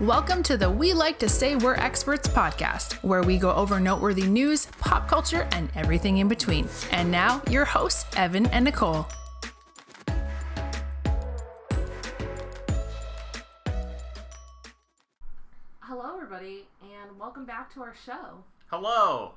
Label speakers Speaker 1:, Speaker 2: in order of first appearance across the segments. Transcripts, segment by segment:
Speaker 1: Welcome to the We Like to Say We're Experts podcast, where we go over noteworthy news, pop culture, and everything in between. And now, your hosts, Evan and Nicole.
Speaker 2: Hello, everybody, and welcome back to our show.
Speaker 3: Hello.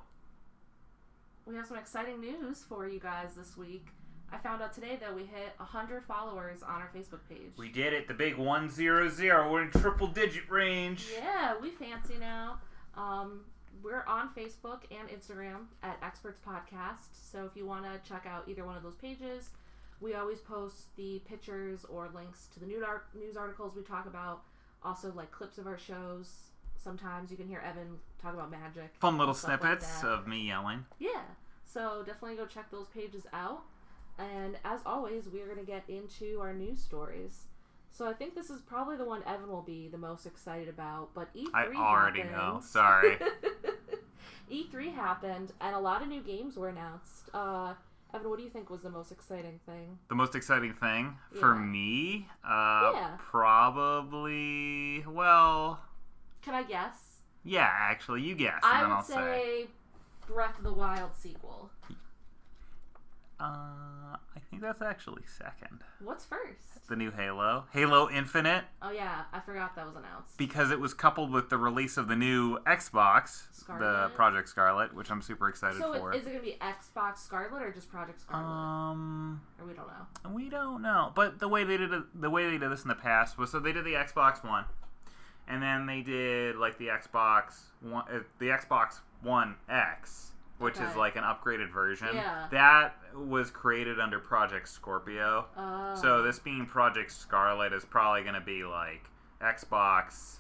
Speaker 2: We have some exciting news for you guys this week. I found out today that we hit 100 followers on our Facebook page.
Speaker 3: We did it. The big one zero zero. We're in triple digit range.
Speaker 2: yeah, we fancy now. Um, we're on Facebook and Instagram at Experts Podcast, so if you want to check out either one of those pages, we always post the pictures or links to the new ar- news articles we talk about, also like clips of our shows. Sometimes you can hear Evan talk about magic.
Speaker 3: Fun little
Speaker 2: and stuff like
Speaker 3: snippets
Speaker 2: that.
Speaker 3: of me yelling.
Speaker 2: Yeah. So definitely go check those pages out. And as always, we're going to get into our news stories. So I think this is probably the one Evan will be the most excited about, but E3
Speaker 3: I already
Speaker 2: happened.
Speaker 3: know. Sorry.
Speaker 2: E3 happened and a lot of new games were announced. Uh Evan, what do you think was the most exciting thing?
Speaker 3: the most exciting thing for
Speaker 2: Yeah.
Speaker 3: me, uh,
Speaker 2: Yeah.
Speaker 3: probably. Well,
Speaker 2: Can I guess?
Speaker 3: yeah. Actually, you guess, and
Speaker 2: I
Speaker 3: then
Speaker 2: would
Speaker 3: I'll
Speaker 2: say,
Speaker 3: say.
Speaker 2: Breath of the Wild sequel.
Speaker 3: Uh, I think that's actually second.
Speaker 2: What's first?
Speaker 3: The new Halo, Halo Infinite,
Speaker 2: Oh yeah, I forgot that was announced.
Speaker 3: because it was coupled with the release of the new Xbox,
Speaker 2: Scarlet.
Speaker 3: the Project Scarlet, which I'm super excited
Speaker 2: so
Speaker 3: for.
Speaker 2: it, is it going to be Xbox Scarlet or just Project Scarlet?
Speaker 3: um,
Speaker 2: or we don't know.
Speaker 3: We don't know, but the way they did it, the way they did this in the past was so they did the Xbox One, and then they did like the Xbox One, uh, the Xbox One X, which is
Speaker 2: Okay.
Speaker 3: like an upgraded version.
Speaker 2: Yeah.
Speaker 3: That was created under Project Scorpio.
Speaker 2: Oh.
Speaker 3: So this being Project Scarlet is probably going to be like Xbox,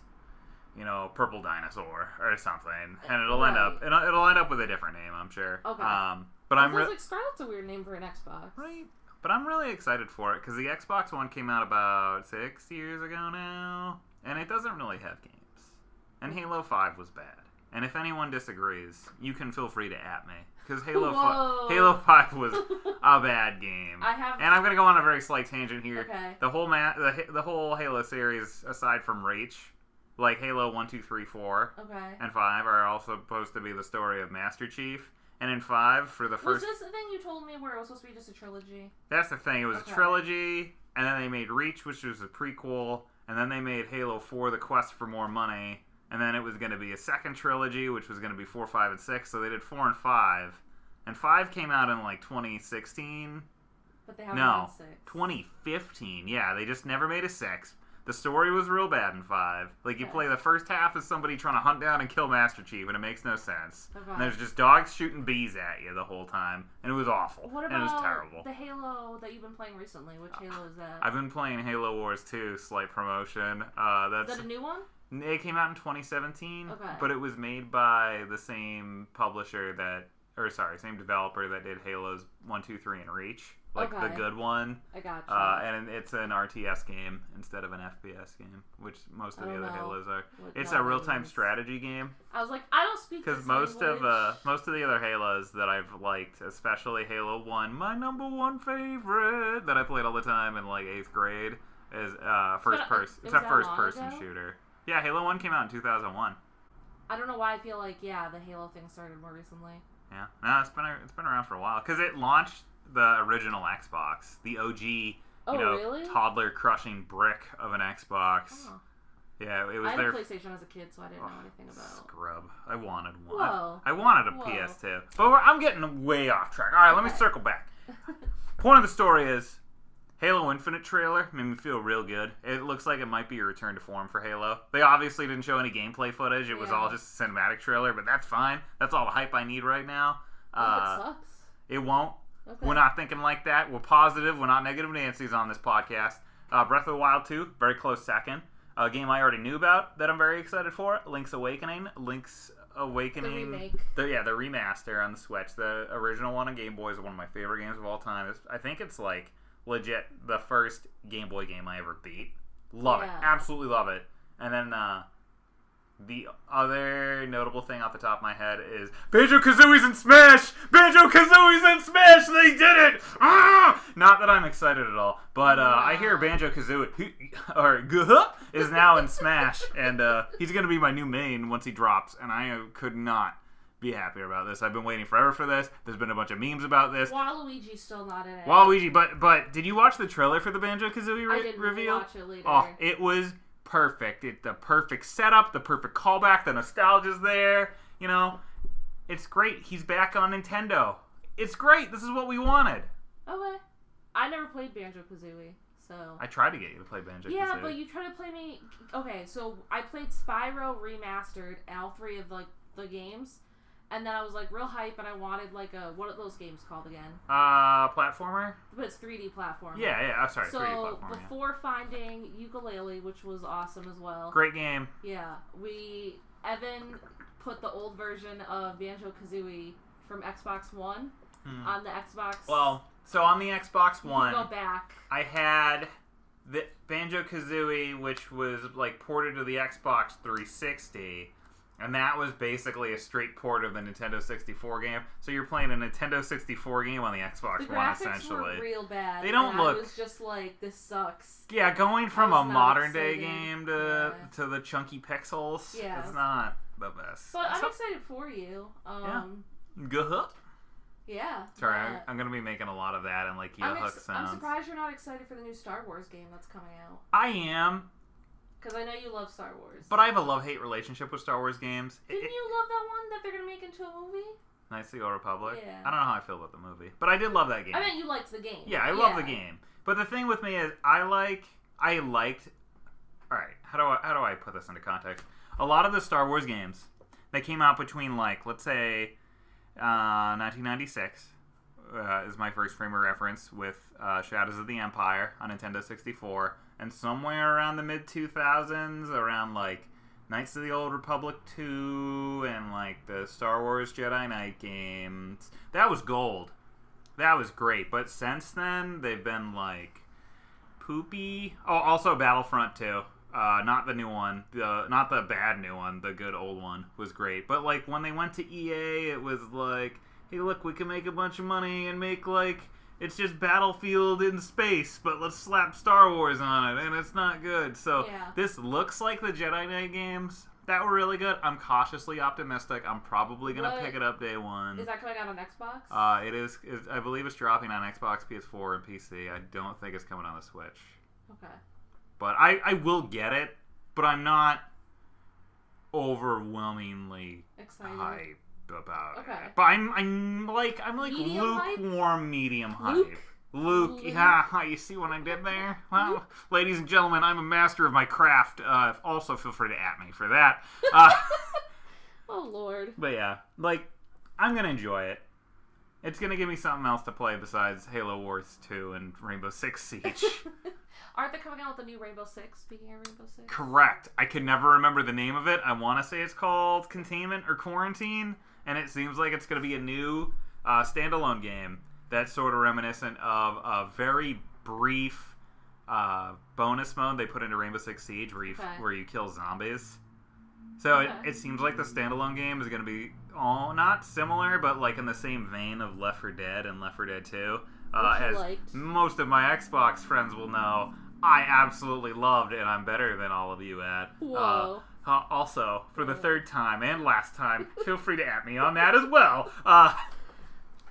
Speaker 3: you know, Purple Dinosaur or something, and it'll end up
Speaker 2: Right.
Speaker 3: and it'll end up with a different name, I'm sure.
Speaker 2: Okay.
Speaker 3: Um, but
Speaker 2: It
Speaker 3: I'm
Speaker 2: feels
Speaker 3: really
Speaker 2: like Scarlet's a weird name for an Xbox.
Speaker 3: Right. But I'm really excited for it because the Xbox One came out about six years ago now, and it doesn't really have games. And Halo 5 was bad. And if anyone disagrees, you can feel free to at me because Halo
Speaker 2: Whoa.
Speaker 3: 5, Halo 5 was a bad game.
Speaker 2: I have-
Speaker 3: and I'm gonna go on a very slight tangent here.
Speaker 2: Okay.
Speaker 3: The whole ma- the, Ha- the whole Halo series, aside from Reach, like Halo 1, 2, 3, 4,
Speaker 2: Okay.
Speaker 3: and 5 are also supposed to be the story of Master Chief. And in 5, for the
Speaker 2: Was
Speaker 3: first
Speaker 2: this the thing you told me where it was supposed to be just a trilogy?
Speaker 3: that's the thing. It was
Speaker 2: Okay.
Speaker 3: a trilogy, and then they made Reach, which was a prequel, and then they made Halo 4, The Quest for More Money, and then it was going to be a second trilogy, which was going to be 4, 5, and 6. So they did 4 and 5. And 5 came out in like 2016.
Speaker 2: But they haven't
Speaker 3: No,
Speaker 2: done six.
Speaker 3: 2015. Yeah, they just never made a 6. The story was real bad in 5. Like, you
Speaker 2: Okay.
Speaker 3: play the first half as somebody trying to hunt down and kill Master Chief, and it makes no sense.
Speaker 2: Okay.
Speaker 3: And there's just dogs shooting bees at you the whole time, and it was awful.
Speaker 2: What
Speaker 3: and it was
Speaker 2: about
Speaker 3: terrible.
Speaker 2: the Halo that you've been playing recently? Which Halo is that?
Speaker 3: I've been playing Halo Wars 2, slight promotion. Uh,
Speaker 2: Is
Speaker 3: that's
Speaker 2: that a new one?
Speaker 3: it came out in 2017,
Speaker 2: Okay.
Speaker 3: but it was made by the same publisher that, or sorry, same developer that did Halos 1, 2, 3, and Reach, like
Speaker 2: Okay.
Speaker 3: the good one.
Speaker 2: I got you.
Speaker 3: Uh, and it's an RTS game instead of an FPS game, which most of
Speaker 2: I
Speaker 3: the
Speaker 2: don't
Speaker 3: other
Speaker 2: know
Speaker 3: Halos are.
Speaker 2: what
Speaker 3: It's
Speaker 2: that
Speaker 3: a real-time
Speaker 2: means.
Speaker 3: strategy game
Speaker 2: I was like, I don't speak
Speaker 3: because
Speaker 2: this
Speaker 3: most of uh,
Speaker 2: language.
Speaker 3: most of the other Halos that I've liked, especially Halo One, my number one favorite that I played all the time in like eighth grade is uh, first
Speaker 2: that-
Speaker 3: person.
Speaker 2: it was
Speaker 3: It's a
Speaker 2: that long
Speaker 3: first person
Speaker 2: ago?
Speaker 3: shooter. Yeah, Halo One came out in two thousand one.
Speaker 2: I don't know why I feel like yeah, the Halo thing started more recently.
Speaker 3: Yeah, no, it's been a- it's been around for a while because it launched the original Xbox, the OG, you
Speaker 2: Oh,
Speaker 3: know,
Speaker 2: really?
Speaker 3: toddler crushing brick of an Xbox.
Speaker 2: Oh.
Speaker 3: Yeah, it was
Speaker 2: I had
Speaker 3: their
Speaker 2: a PlayStation as a kid, so I didn't know
Speaker 3: Oh,
Speaker 2: anything about.
Speaker 3: Scrub. I wanted one.
Speaker 2: Whoa.
Speaker 3: I wanted a
Speaker 2: Whoa.
Speaker 3: PS2. But we're, I'm getting way off track. All right, let me
Speaker 2: Okay.
Speaker 3: circle back. Point of the story is Halo Infinite trailer made me feel real good. It looks like it might be a return to form for Halo. They obviously didn't show any gameplay footage. It was
Speaker 2: Yeah.
Speaker 3: all just a cinematic trailer, but that's fine. That's all the hype I need right now.
Speaker 2: I
Speaker 3: Uh,
Speaker 2: think Oh, it sucks.
Speaker 3: it won't.
Speaker 2: Okay.
Speaker 3: We're not thinking like that. We're positive. We're not negative Nancy's on this podcast. Uh, Breath of the Wild 2, very close second. A game I already knew about that I'm very excited for Link's Awakening. Link's Awakening.
Speaker 2: remake.
Speaker 3: The- yeah, the remaster on the Switch. The original one on Game Boy is one of my favorite games of all time. It's, I think it's like legit the first Game Boy game I ever beat. Love it.
Speaker 2: Yeah.
Speaker 3: Absolutely love it. And then uh, The other notable thing off the top of my head is Banjo Kazooie's in Smash. Banjo Kazooie's in Smash. They did it. Ah! Not that I'm excited at all, but uh, I hear Banjo Kazooie or Guhup is now in Smash, and uh, he's gonna be my new main once he drops. And I uh, could not be happier about this. I've been waiting forever for this. There's been a bunch of memes about this.
Speaker 2: Waluigi's still not in it.
Speaker 3: Waluigi, but but did you watch the trailer for the Banjo Kazooie re-
Speaker 2: I didn't
Speaker 3: reveal?
Speaker 2: watch it later.
Speaker 3: Oh, it was perfect. It the perfect setup, the perfect callback. The nostalgia's there. You know, it's great. He's back on Nintendo. It's great. This is what we wanted.
Speaker 2: okay. I never played Banjo Kazooie, so.
Speaker 3: I tried to get you to play Banjo.
Speaker 2: yeah, but you try to play me. Okay, so I played Spyro Remastered, all three of like the games, and then I was like real hype, and I wanted like a what are those games called again?
Speaker 3: uh platformer.
Speaker 2: But it's 3D platform.
Speaker 3: Yeah, yeah. I'm sorry,
Speaker 2: So
Speaker 3: 3D platformer. yeah.
Speaker 2: before finding ukulele, which was awesome as well.
Speaker 3: Great game.
Speaker 2: Yeah, we Evan put the old version of Banjo Kazooie from Xbox One
Speaker 3: Hmm.
Speaker 2: on the Xbox.
Speaker 3: Well, so on the Xbox
Speaker 2: you
Speaker 3: One,
Speaker 2: Go back.
Speaker 3: I had the Banjo Kazooie, which was like ported to the Xbox 360, and that was basically a straight port of the Nintendo 64 game. So you're playing a Nintendo 64 game on the Xbox
Speaker 2: The
Speaker 3: One,
Speaker 2: graphics
Speaker 3: essentially.
Speaker 2: were real bad.
Speaker 3: They don't
Speaker 2: and
Speaker 3: look-
Speaker 2: I was just like, this sucks.
Speaker 3: yeah, going from
Speaker 2: was
Speaker 3: a
Speaker 2: not
Speaker 3: modern day
Speaker 2: excited.
Speaker 3: game to
Speaker 2: Yeah.
Speaker 3: to the chunky pixels,
Speaker 2: Yeah.
Speaker 3: it's not the best.
Speaker 2: But I'm
Speaker 3: So-
Speaker 2: excited for you. Um,
Speaker 3: Guhup.
Speaker 2: yeah.
Speaker 3: Sorry,
Speaker 2: yeah.
Speaker 3: I'm, I'm gonna be making a lot of that and like
Speaker 2: I'm,
Speaker 3: yuhuck
Speaker 2: ex- I'm
Speaker 3: sounds.
Speaker 2: surprised you're not excited for the new Star Wars game that's coming out.
Speaker 3: I am,
Speaker 2: Because I know you love Star Wars.
Speaker 3: but I have a love hate relationship with Star Wars games. It-
Speaker 2: Didn't
Speaker 3: it-
Speaker 2: you love that one that they're going to make into a movie?
Speaker 3: Knights of the Old Republic.
Speaker 2: Yeah.
Speaker 3: I don't know how I feel about the movie, but I did love that game.
Speaker 2: I meant you liked the game.
Speaker 3: yeah, I love the game. But the thing with me is, I like, I liked. All right, how do I how do I put this into context? A lot of the Star Wars games that came out between like let's say uh, 1996 uh, is my first frame of reference with uh, Shadows of the Empire on Nintendo 64, and somewhere around the mid 2000s, around like Knights of the Old Republic 2 and like the Star Wars Jedi Knight games, that was gold. That was great. But since then, they've been like poopy. Oh, also Battlefront 2. Uh, not the new one, the not the bad new one. The good old one was great. But like when they went to EA, it was like, hey, look, we can make a bunch of money and make like it's just Battlefield in space, but let's slap Star Wars on it, and it's not good. So
Speaker 2: Yeah.
Speaker 3: this looks like the Jedi Knight games that were really good. I'm cautiously optimistic. I'm probably gonna
Speaker 2: What-
Speaker 3: pick it up day one.
Speaker 2: Is that coming out on Xbox?
Speaker 3: Uh, it is, is. I believe it's dropping on Xbox, PS4, and PC. I don't think it's coming on the Switch.
Speaker 2: okay.
Speaker 3: But I, I will get it. But I'm not overwhelmingly
Speaker 2: Excited.
Speaker 3: hype about
Speaker 2: Okay.
Speaker 3: it. But I'm, I'm like, I'm like
Speaker 2: Medium hype?
Speaker 3: lukewarm, medium hype.
Speaker 2: Luke?
Speaker 3: Luke,
Speaker 2: Luke.
Speaker 3: yeah, you see what I did there? Well, ladies and gentlemen, I'm a master of my craft. Uh, also, feel free to at me for that. Uh,
Speaker 2: Oh, Lord.
Speaker 3: But yeah, like I'm gonna enjoy it. It's gonna give me something else to play besides Halo Wars 2 and Rainbow Six Siege.
Speaker 2: Aren't they coming out with a new Rainbow Six? Speaking of Rainbow Six?
Speaker 3: Correct. I can never remember the name of it. I want to say it's called Containment or Quarantine, and it seems like it's gonna be a new uh, standalone game that's sort of reminiscent of a very brief uh, bonus mode they put into Rainbow Six Siege, where you
Speaker 2: Okay.
Speaker 3: where you kill zombies. So
Speaker 2: Okay.
Speaker 3: it, it seems like the standalone game is going to be all not similar, but like in the same vein of Left 4 Dead and Left 4 Dead 2. Uh,
Speaker 2: Which you
Speaker 3: as
Speaker 2: liked.
Speaker 3: most of my Xbox friends will know, I absolutely loved, and I'm better than all of you at. Uh,
Speaker 2: Whoa.
Speaker 3: uh, also, for the third time and last time, feel free to at me on that as well. Uh,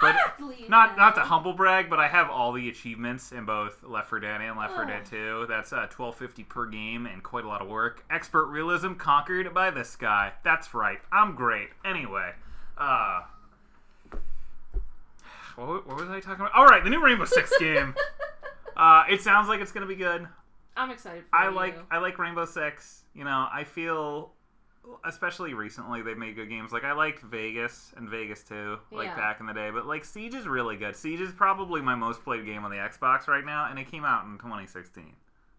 Speaker 3: but
Speaker 2: Athlete
Speaker 3: not
Speaker 2: now.
Speaker 3: not to humble brag, but I have all the achievements in both Left 4 Dead and Left 4
Speaker 2: Oh.
Speaker 3: Dead 2. That's uh, 1250 per game and quite a lot of work. Expert realism conquered by this guy. That's right. I'm great. Anyway, uh what, what was I talking about? All right, the new Rainbow Six game. uh, it sounds like it's gonna be good.
Speaker 2: I'm excited for
Speaker 3: I
Speaker 2: you.
Speaker 3: like I like Rainbow Six. You know, I feel especially recently they've made good games. Like I liked Vegas and Vegas too, like
Speaker 2: Yeah.
Speaker 3: back in the day. But like Siege is really good. Siege is probably my most played game on the Xbox right now, and it came out in 2016.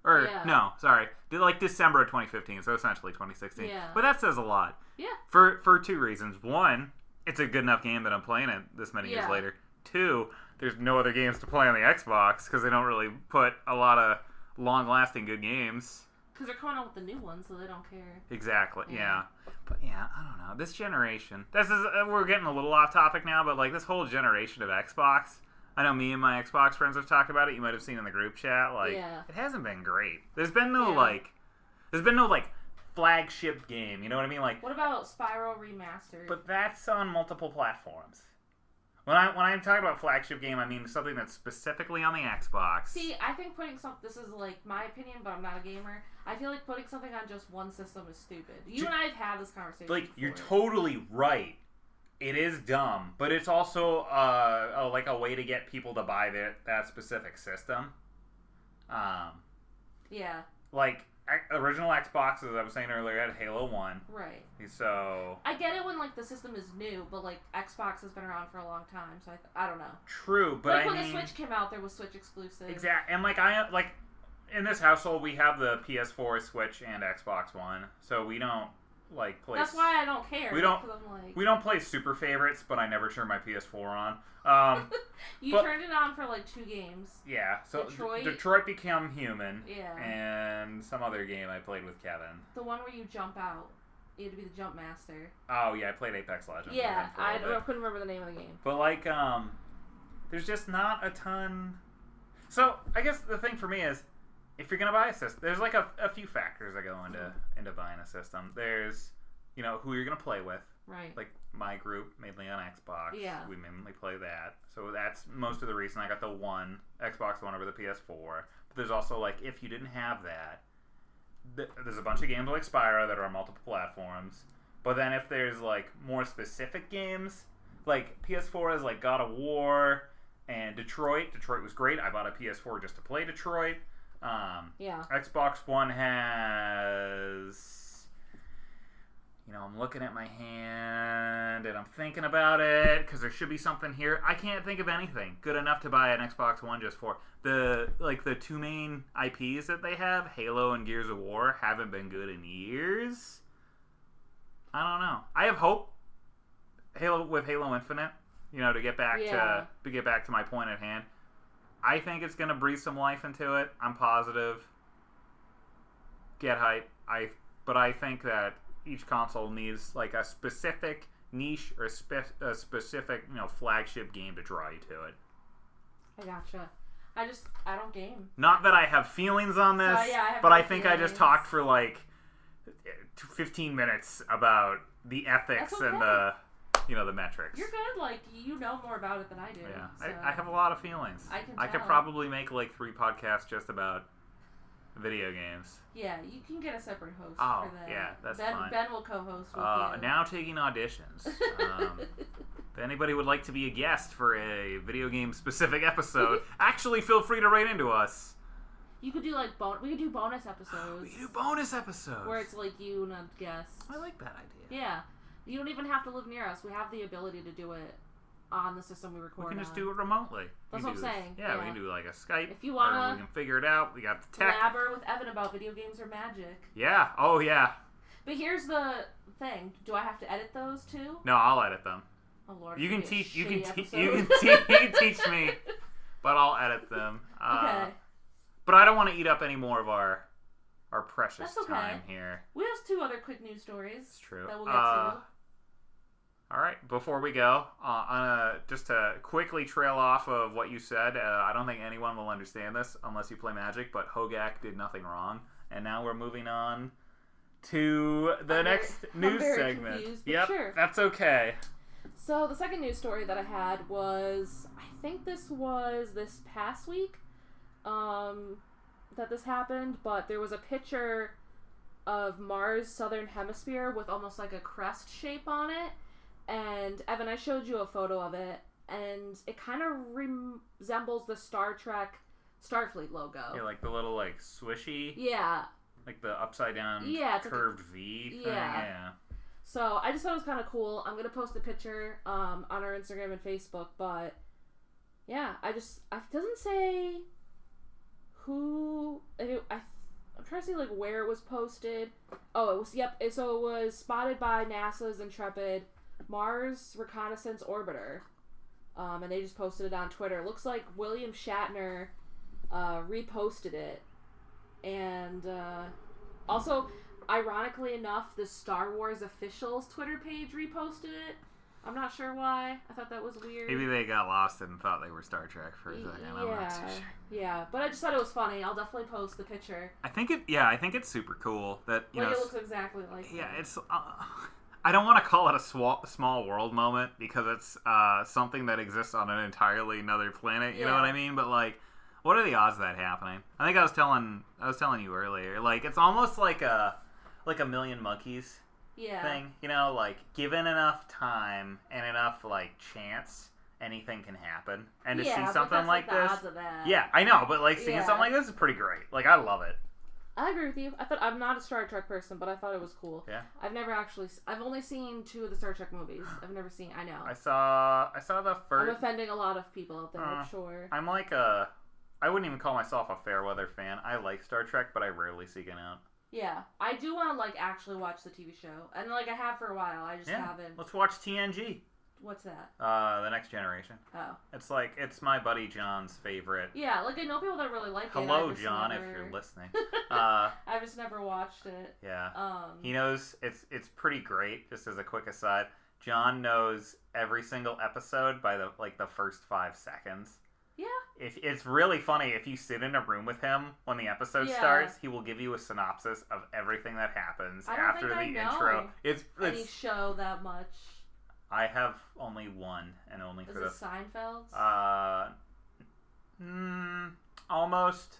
Speaker 3: Or
Speaker 2: Yeah.
Speaker 3: no, sorry, Did, like December of 2015. So essentially 2016.
Speaker 2: Yeah.
Speaker 3: But that says a lot
Speaker 2: Yeah.
Speaker 3: for for two reasons. One, it's a good enough game that I'm playing it this many years
Speaker 2: Yeah.
Speaker 3: later. Two, there's no other games to play on the Xbox because they don't really put a lot of long-lasting good games.
Speaker 2: because they're coming out with the new one, so they don't care.
Speaker 3: Exactly. Yeah.
Speaker 2: Yeah.
Speaker 3: But yeah, I don't know. This generation. This is uh, we're getting a little off topic now, but like this whole generation of Xbox. I know me and my Xbox friends have talked about it. You might have seen in the group chat. Like
Speaker 2: Yeah.
Speaker 3: it hasn't been great. There's been no
Speaker 2: Yeah.
Speaker 3: like. There's been no like flagship game. You know what I mean? Like,
Speaker 2: What about Spiral Remastered?
Speaker 3: but that's on multiple platforms. When I when I'm talking about flagship game, I mean something that's specifically on the Xbox.
Speaker 2: See, I think putting some this is like my opinion, but I'm not a gamer. I feel like putting something on just one system is stupid. You
Speaker 3: Ju-
Speaker 2: and I have had this conversation.
Speaker 3: like you're
Speaker 2: before.
Speaker 3: totally right it is dumb but it's also uh, a, like a way to get people to buy that that specific system um
Speaker 2: Yeah,
Speaker 3: like a- original xbox as i was saying earlier had halo 1
Speaker 2: right.
Speaker 3: so
Speaker 2: I get it when like the system is new, but like Xbox has been around for a long time, so I, th- I don't know.
Speaker 3: true but
Speaker 2: like
Speaker 3: i
Speaker 2: when
Speaker 3: mean
Speaker 2: the Switch came out, there was Switch exclusive.
Speaker 3: exact and like i like in this household we have the ps4 switch and xbox one so we don't like play
Speaker 2: That's why I don't care.
Speaker 3: We don't-
Speaker 2: Because I'm like,
Speaker 3: we don't play super favorites but i never turn my ps4 on um
Speaker 2: you
Speaker 3: but-
Speaker 2: turned it on for like two games.
Speaker 3: Yeah, so D- Detroit,
Speaker 2: Detroit.
Speaker 3: Become Human.
Speaker 2: Yeah.
Speaker 3: And some other game I played with Kevin.
Speaker 2: The one where you jump out. You had to be the jump master.
Speaker 3: Oh yeah, I played Apex Legends. with
Speaker 2: yeah,
Speaker 3: him for a
Speaker 2: I,
Speaker 3: little
Speaker 2: I
Speaker 3: bit.
Speaker 2: couldn't remember the name of the game.
Speaker 3: But like, um, there's just not a ton. So I guess the thing for me is, if you're gonna buy a system, there's like a, a few factors that go into into buying a system. There's, you know, who you're gonna play with.
Speaker 2: Right.
Speaker 3: Like my group, mainly on Xbox.
Speaker 2: Yeah.
Speaker 3: We mainly play that. So that's most of the reason I got the one Xbox One over the PS4. But there's also like if you didn't have that, th- there's a bunch of games like Spyro that are on multiple platforms. But then if there's like more specific games, like PS4 is like God of War and Detroit. Detroit was great. I bought a PS4 just to play Detroit. Um,
Speaker 2: yeah.
Speaker 3: Xbox One has. You know, I'm looking at my hand and I'm thinking about it because there should be something here. I can't think of anything good enough to buy an Xbox One just for the like the two main IPs that they have, Halo and Gears of War, haven't been good in years. I don't know. I have hope. Halo with Halo Infinite, you know, to get back
Speaker 2: Yeah.
Speaker 3: to to get back to my point at hand. I think it's gonna breathe some life into it. I'm positive. Get hype. I but I think that each console needs like a specific niche or spe- a specific you know flagship game to draw you to it.
Speaker 2: I gotcha. I just I don't game.
Speaker 3: Not that I have feelings on this,
Speaker 2: So, yeah, I have
Speaker 3: but
Speaker 2: no
Speaker 3: I think I just
Speaker 2: feelings.
Speaker 3: talked for like 15 minutes about the ethics
Speaker 2: That's
Speaker 3: and the you know the metrics.
Speaker 2: You're good. Like you know more about it than I do.
Speaker 3: Yeah,
Speaker 2: so.
Speaker 3: I, I have a lot of feelings.
Speaker 2: I can
Speaker 3: I could
Speaker 2: tell.
Speaker 3: probably make like three podcasts just about video games.
Speaker 2: Yeah, you can get a separate host
Speaker 3: Oh,
Speaker 2: for that.
Speaker 3: yeah, that's
Speaker 2: ben,
Speaker 3: fine.
Speaker 2: Ben will co-host with
Speaker 3: Uh,
Speaker 2: you.
Speaker 3: now taking auditions. Um, if anybody would like to be a guest for a video game specific episode, actually feel free to write into us.
Speaker 2: you could do like bon- we could do bonus episodes
Speaker 3: We do bonus episodes.
Speaker 2: where it's like you and a guest.
Speaker 3: I like that idea.
Speaker 2: Yeah, you don't even have to live near us. We have the ability to do it on the system we record.
Speaker 3: We can just
Speaker 2: on.
Speaker 3: do it remotely. We
Speaker 2: That's what
Speaker 3: can do
Speaker 2: I'm
Speaker 3: this-
Speaker 2: saying,
Speaker 3: Yeah, we
Speaker 2: yeah.
Speaker 3: can do like a Skype.
Speaker 2: If you
Speaker 3: or
Speaker 2: wanna-
Speaker 3: we can figure it out. We got the tech.
Speaker 2: Blabber with Evan about video games or magic.
Speaker 3: Yeah. Oh yeah.
Speaker 2: But here's the thing: Do I have to edit those too?
Speaker 3: No, I'll edit them.
Speaker 2: Oh Lord,
Speaker 3: You
Speaker 2: it's
Speaker 3: can
Speaker 2: gonna be a
Speaker 3: teach. You can
Speaker 2: shitty
Speaker 3: teach. You can
Speaker 2: episode.
Speaker 3: teach. You can teach me, but I'll edit them. Uh,
Speaker 2: okay,
Speaker 3: But I don't want to eat up any more of our our precious
Speaker 2: That's okay.
Speaker 3: time here.
Speaker 2: we have two other quick news stories.
Speaker 3: It's true.
Speaker 2: That we'll get
Speaker 3: Uh,
Speaker 2: to.
Speaker 3: All right. Before we go, uh, on a, just to quickly trail off of what you said, uh, I don't think anyone will understand this unless you play Magic. But Hogak did nothing wrong, and now we're moving on to the
Speaker 2: I'm very-
Speaker 3: next
Speaker 2: I'm
Speaker 3: news
Speaker 2: very
Speaker 3: segment.
Speaker 2: confused, but
Speaker 3: yep,
Speaker 2: sure.
Speaker 3: that's okay.
Speaker 2: So the second news story that I had was I think this was this past week um, that this happened, but there was a picture of Mars southern hemisphere with almost like a crest shape on it, and Evan, I showed you a photo of it, and it kind of rem- resembles the Star Trek Starfleet logo.
Speaker 3: Yeah, like the little like swishy,
Speaker 2: Oh. yeah.
Speaker 3: like the upside down
Speaker 2: Yeah, it's like a-
Speaker 3: curved V. Thing.
Speaker 2: Yeah.
Speaker 3: yeah.
Speaker 2: So I just thought it was kind of cool. I'm gonna post a picture um, on our Instagram and Facebook, but yeah, I just I, it doesn't say who I, do- I I'm trying to see like where it was posted. Oh, it was yep. it- So it was spotted by NASA's Intrepid Mars Reconnaissance Orbiter, um, and they just posted it on Twitter. looks like William Shatner uh, reposted it, and uh, Also, ironically enough, the Star Wars officials Twitter page reposted it. I'm not sure why. I thought that was weird.
Speaker 3: Maybe they got lost and thought they were Star Trek for a
Speaker 2: Y-
Speaker 3: second. I'm not so
Speaker 2: yeah,
Speaker 3: sure.
Speaker 2: yeah, but I just thought it was funny. I'll definitely post the picture.
Speaker 3: I think it. Yeah, I think it's super cool that you
Speaker 2: Like
Speaker 3: know.
Speaker 2: it looks exactly like.
Speaker 3: yeah,
Speaker 2: that.
Speaker 3: it's. Uh, I don't want to call it a swa- small world moment because it's uh, something that exists on an entirely another planet. You know
Speaker 2: Yeah.
Speaker 3: what I mean? But like, what are the odds of that happening? I think I was telling I was telling you earlier. Like, it's almost like a like a million monkeys
Speaker 2: yeah.
Speaker 3: thing. You know, like given enough time and enough like chance, anything can happen. And to
Speaker 2: yeah,
Speaker 3: see
Speaker 2: but
Speaker 3: something
Speaker 2: that's,
Speaker 3: like
Speaker 2: the
Speaker 3: this,
Speaker 2: odds of that.
Speaker 3: yeah, I know. But like seeing
Speaker 2: Yeah.
Speaker 3: something like this is pretty great. Like, I love it.
Speaker 2: I agree with you. I thought I'm not a Star Trek person, but I thought it was cool.
Speaker 3: Yeah.
Speaker 2: I've never actually. s- I've only seen two of the Star Trek movies. I've never seen. I know.
Speaker 3: I saw I saw the
Speaker 2: I'm
Speaker 3: first.
Speaker 2: offending a lot of people out there.
Speaker 3: Uh,
Speaker 2: I'm sure.
Speaker 3: I'm like a. I wouldn't even call myself a fair weather fan. I like Star Trek, but I rarely seek it out.
Speaker 2: Yeah, I do want to like actually watch the TV show, and like I have for a while. I just
Speaker 3: Yeah,
Speaker 2: haven't.
Speaker 3: let's watch TNG,
Speaker 2: What's that?
Speaker 3: uh, the Next Generation.
Speaker 2: Oh,
Speaker 3: It's like it's my buddy John's favorite.
Speaker 2: yeah. Like I know people that really like it.
Speaker 3: Hello,
Speaker 2: I've just
Speaker 3: John, if
Speaker 2: never-
Speaker 3: you're listening. uh,
Speaker 2: I've just never watched it.
Speaker 3: yeah,
Speaker 2: Um.
Speaker 3: he knows it's it's pretty great. Just as a quick aside, John knows every single episode by the like the first five seconds.
Speaker 2: yeah.
Speaker 3: If, it's really funny if you sit in a room with him when the episode
Speaker 2: Yeah.
Speaker 3: starts. He will give you a synopsis of everything that happens
Speaker 2: I don't
Speaker 3: after the
Speaker 2: think I know
Speaker 3: intro. It's,
Speaker 2: Any
Speaker 3: it's
Speaker 2: show that much?
Speaker 3: I have only one and only
Speaker 2: Is
Speaker 3: for
Speaker 2: it
Speaker 3: the
Speaker 2: Seinfeld's?
Speaker 3: uh, mm, almost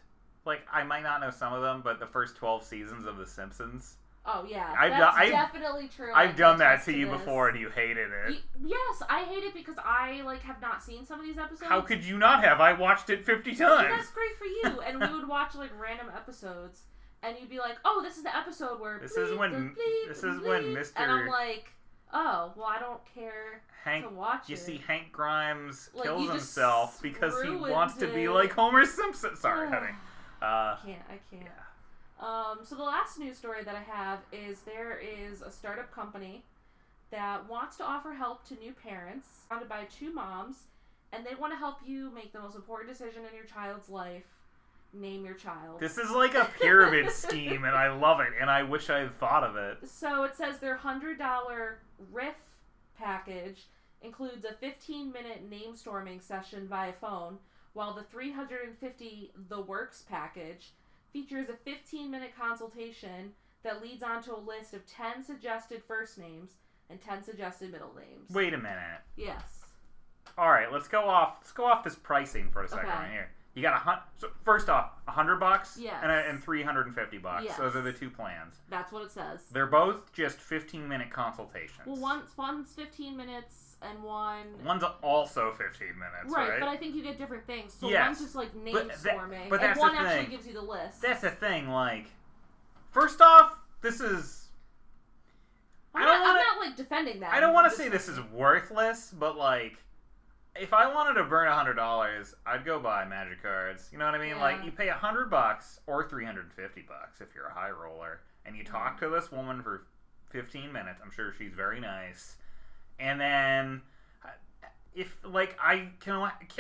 Speaker 3: like I might not know some of them, but the first twelve seasons of The Simpsons.
Speaker 2: oh yeah.
Speaker 3: I've
Speaker 2: that's
Speaker 3: done- I've-
Speaker 2: definitely true. I
Speaker 3: I've
Speaker 2: can
Speaker 3: done that
Speaker 2: attest
Speaker 3: to you
Speaker 2: this.
Speaker 3: before, and you hated it.
Speaker 2: Y- Yes, I hate it because I like have not seen some of these episodes.
Speaker 3: How could you not have? I watched it fifty
Speaker 2: But
Speaker 3: times.
Speaker 2: That's great for you. And we would watch like random episodes, and you'd be like, "Oh, this is the episode where."
Speaker 3: This is
Speaker 2: bleep,
Speaker 3: when-
Speaker 2: bleep, bleep,
Speaker 3: this is
Speaker 2: bleep,"
Speaker 3: when
Speaker 2: And I'm
Speaker 3: Mr.
Speaker 2: like, "Oh, well, I don't care
Speaker 3: Hank
Speaker 2: to watch
Speaker 3: You
Speaker 2: it."
Speaker 3: see, Hank Grimes
Speaker 2: Like,
Speaker 3: kills
Speaker 2: you just
Speaker 3: himself because he
Speaker 2: ruined
Speaker 3: wants to be
Speaker 2: it.
Speaker 3: like Homer Simpson. Sorry, honey.
Speaker 2: I
Speaker 3: Uh,
Speaker 2: can't. I can't. Um, so the last news story that I have is there is a startup company that wants to offer help to new parents, founded by two moms, and they want to help you make the most important decision in your child's life: name your child.
Speaker 3: this is like a pyramid scheme, and I love it, and I wish I had thought of it.
Speaker 2: So it says their hundred dollar riff package includes a fifteen minute name storming session via phone, while the three hundred and fifty the works package features a fifteen minute consultation that leads onto a list of ten suggested first names and ten suggested middle names.
Speaker 3: Wait a minute.
Speaker 2: Yes.
Speaker 3: All right, let's go off. Let's go off this pricing for a second
Speaker 2: Okay.
Speaker 3: right here. You got a hun- so first off, a hundred bucks,
Speaker 2: Yes.
Speaker 3: and, a, and three hundred and fifty bucks.
Speaker 2: Yes.
Speaker 3: Those are the two plans.
Speaker 2: That's what it says.
Speaker 3: They're both just fifteen minute consultations.
Speaker 2: Well one's one's fifteen minutes and one
Speaker 3: one's also fifteen minutes,
Speaker 2: Right,
Speaker 3: right?
Speaker 2: but I think you get different things. So
Speaker 3: Yes.
Speaker 2: one's just like name
Speaker 3: But that-
Speaker 2: storming,
Speaker 3: but
Speaker 2: and
Speaker 3: that's the
Speaker 2: one actually
Speaker 3: thing.
Speaker 2: gives you the list.
Speaker 3: That's the thing. Like, first off, this is
Speaker 2: I'm,
Speaker 3: I
Speaker 2: not,
Speaker 3: don't wanna-
Speaker 2: I'm not like defending that.
Speaker 3: I don't want to
Speaker 2: Just-
Speaker 3: say this is worthless, but like, if I wanted to burn a hundred dollars, I'd go buy magic cards. You know what I mean? Like,
Speaker 2: Yeah.
Speaker 3: you pay a hundred bucks or three hundred and fifty bucks if you're a high roller, and you talk to this woman for fifteen minutes. I'm sure she's very nice, and then. uh, If like I can,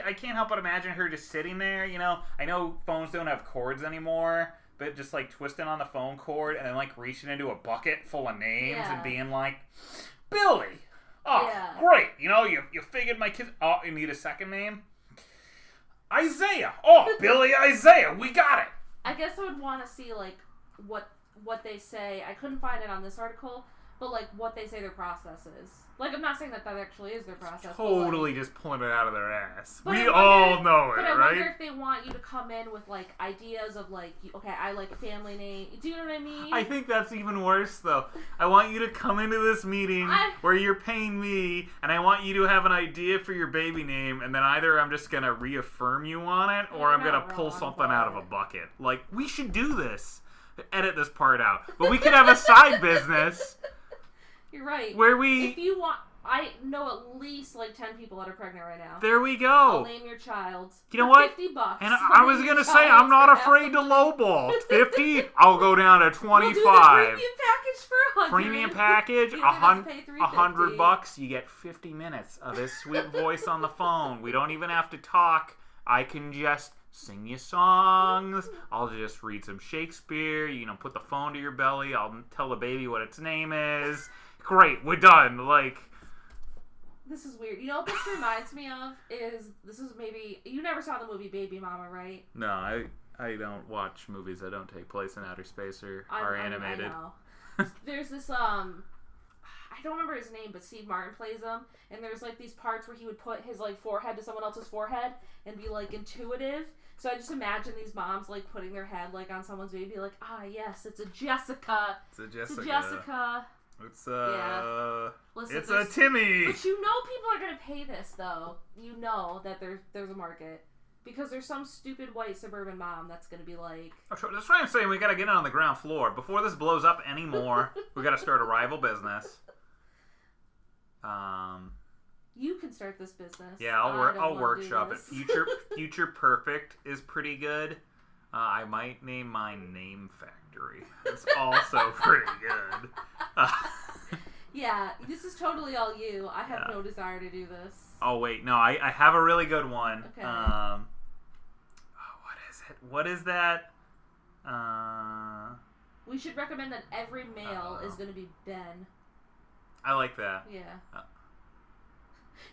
Speaker 3: I can't help but imagine her just sitting there. You know, I know phones don't have cords anymore, but just like twisting on the phone cord and then like reaching into a bucket full of names and
Speaker 2: Yeah.
Speaker 3: being like, Billy. Oh,
Speaker 2: Yeah.
Speaker 3: great. You know, you, you figured my kids. Oh, you need a second name? Isaiah. Oh, Billy Isaiah. We got it.
Speaker 2: I guess I would want to see like what what they say. I couldn't find it on this article, but like what they say their process is. Like I'm not saying that that actually is their process. but, like-
Speaker 3: just pulling it out of their ass.
Speaker 2: But I wonder- But I wonder if they want you to come in with like ideas of like, you- okay, I like family name. Do you know what I mean?
Speaker 3: I think that's even worse, though. I want you to come into this meeting
Speaker 2: I-
Speaker 3: where you're paying me, and I want you to have an idea for your baby name, and then either I'm just gonna reaffirm you on it, or
Speaker 2: You're
Speaker 3: I'm gonna
Speaker 2: not
Speaker 3: pull
Speaker 2: wrong,
Speaker 3: something out of a
Speaker 2: but-
Speaker 3: bucket. Like we should do this. Edit this part out, but we could have a side business
Speaker 2: You're right.
Speaker 3: where we.
Speaker 2: if you want, I know at least like ten people that are pregnant right now.
Speaker 3: there we
Speaker 2: I'll
Speaker 3: go.
Speaker 2: name your child.
Speaker 3: You know
Speaker 2: for
Speaker 3: what?
Speaker 2: Fifty bucks.
Speaker 3: And I,
Speaker 2: I'll
Speaker 3: I was
Speaker 2: name
Speaker 3: gonna
Speaker 2: your
Speaker 3: say
Speaker 2: child
Speaker 3: I'm not
Speaker 2: for half
Speaker 3: afraid
Speaker 2: the-
Speaker 3: to lowball. Fifty, I'll go down to
Speaker 2: We'll do the
Speaker 3: twenty-five.
Speaker 2: premium package for a hundred.
Speaker 3: premium package,
Speaker 2: You don't
Speaker 3: a
Speaker 2: have to
Speaker 3: hundred,
Speaker 2: pay
Speaker 3: a hundred
Speaker 2: $3.50.
Speaker 3: bucks. You get fifty minutes of this sweet voice on the phone. We don't even have to talk. I can just sing you songs. I'll just read some Shakespeare. You know, put the phone to your belly. I'll tell the baby what its name is. Great, we're done. Like,
Speaker 2: This is weird. You know what this reminds me of is this is maybe you never saw the movie Baby Mama, right?
Speaker 3: no, I I don't watch movies that don't take place in outer space or are
Speaker 2: I- I- I
Speaker 3: animated.
Speaker 2: know. there's this um I don't remember his name, but Steve Martin plays him, and there's like these parts where he would put his like forehead to someone else's forehead and be like intuitive. So I just imagine these moms like putting their head like on someone's baby, like ah yes, it's a Jessica,
Speaker 3: It's a
Speaker 2: it's
Speaker 3: Jessica.
Speaker 2: a Jessica.
Speaker 3: It's uh,
Speaker 2: Listen,
Speaker 3: it's a
Speaker 2: there's-
Speaker 3: Timmy.
Speaker 2: But you know people are gonna pay this though. You know that there's there's a market because there's some stupid white suburban mom that's gonna be like,
Speaker 3: That's why I'm saying we gotta get it on the ground floor before this blows up anymore. we gotta start a rival business. Um,
Speaker 2: you can start this business.
Speaker 3: yeah, I'll
Speaker 2: I
Speaker 3: work.
Speaker 2: don't
Speaker 3: I'll
Speaker 2: wanna do
Speaker 3: workshop it.
Speaker 2: this."
Speaker 3: Future Future Perfect is pretty good. Uh, I might name mine Name Factory. It's also pretty good. Uh,
Speaker 2: yeah, this is totally all you. I have
Speaker 3: Yeah.
Speaker 2: no desire to do this.
Speaker 3: oh wait, no, I, I have a really good one.
Speaker 2: Okay.
Speaker 3: Um, oh, what is it? What is that? Uh,
Speaker 2: We should recommend that every male
Speaker 3: Uh-oh.
Speaker 2: is going to be Ben.
Speaker 3: I like that.
Speaker 2: Yeah.
Speaker 3: Uh.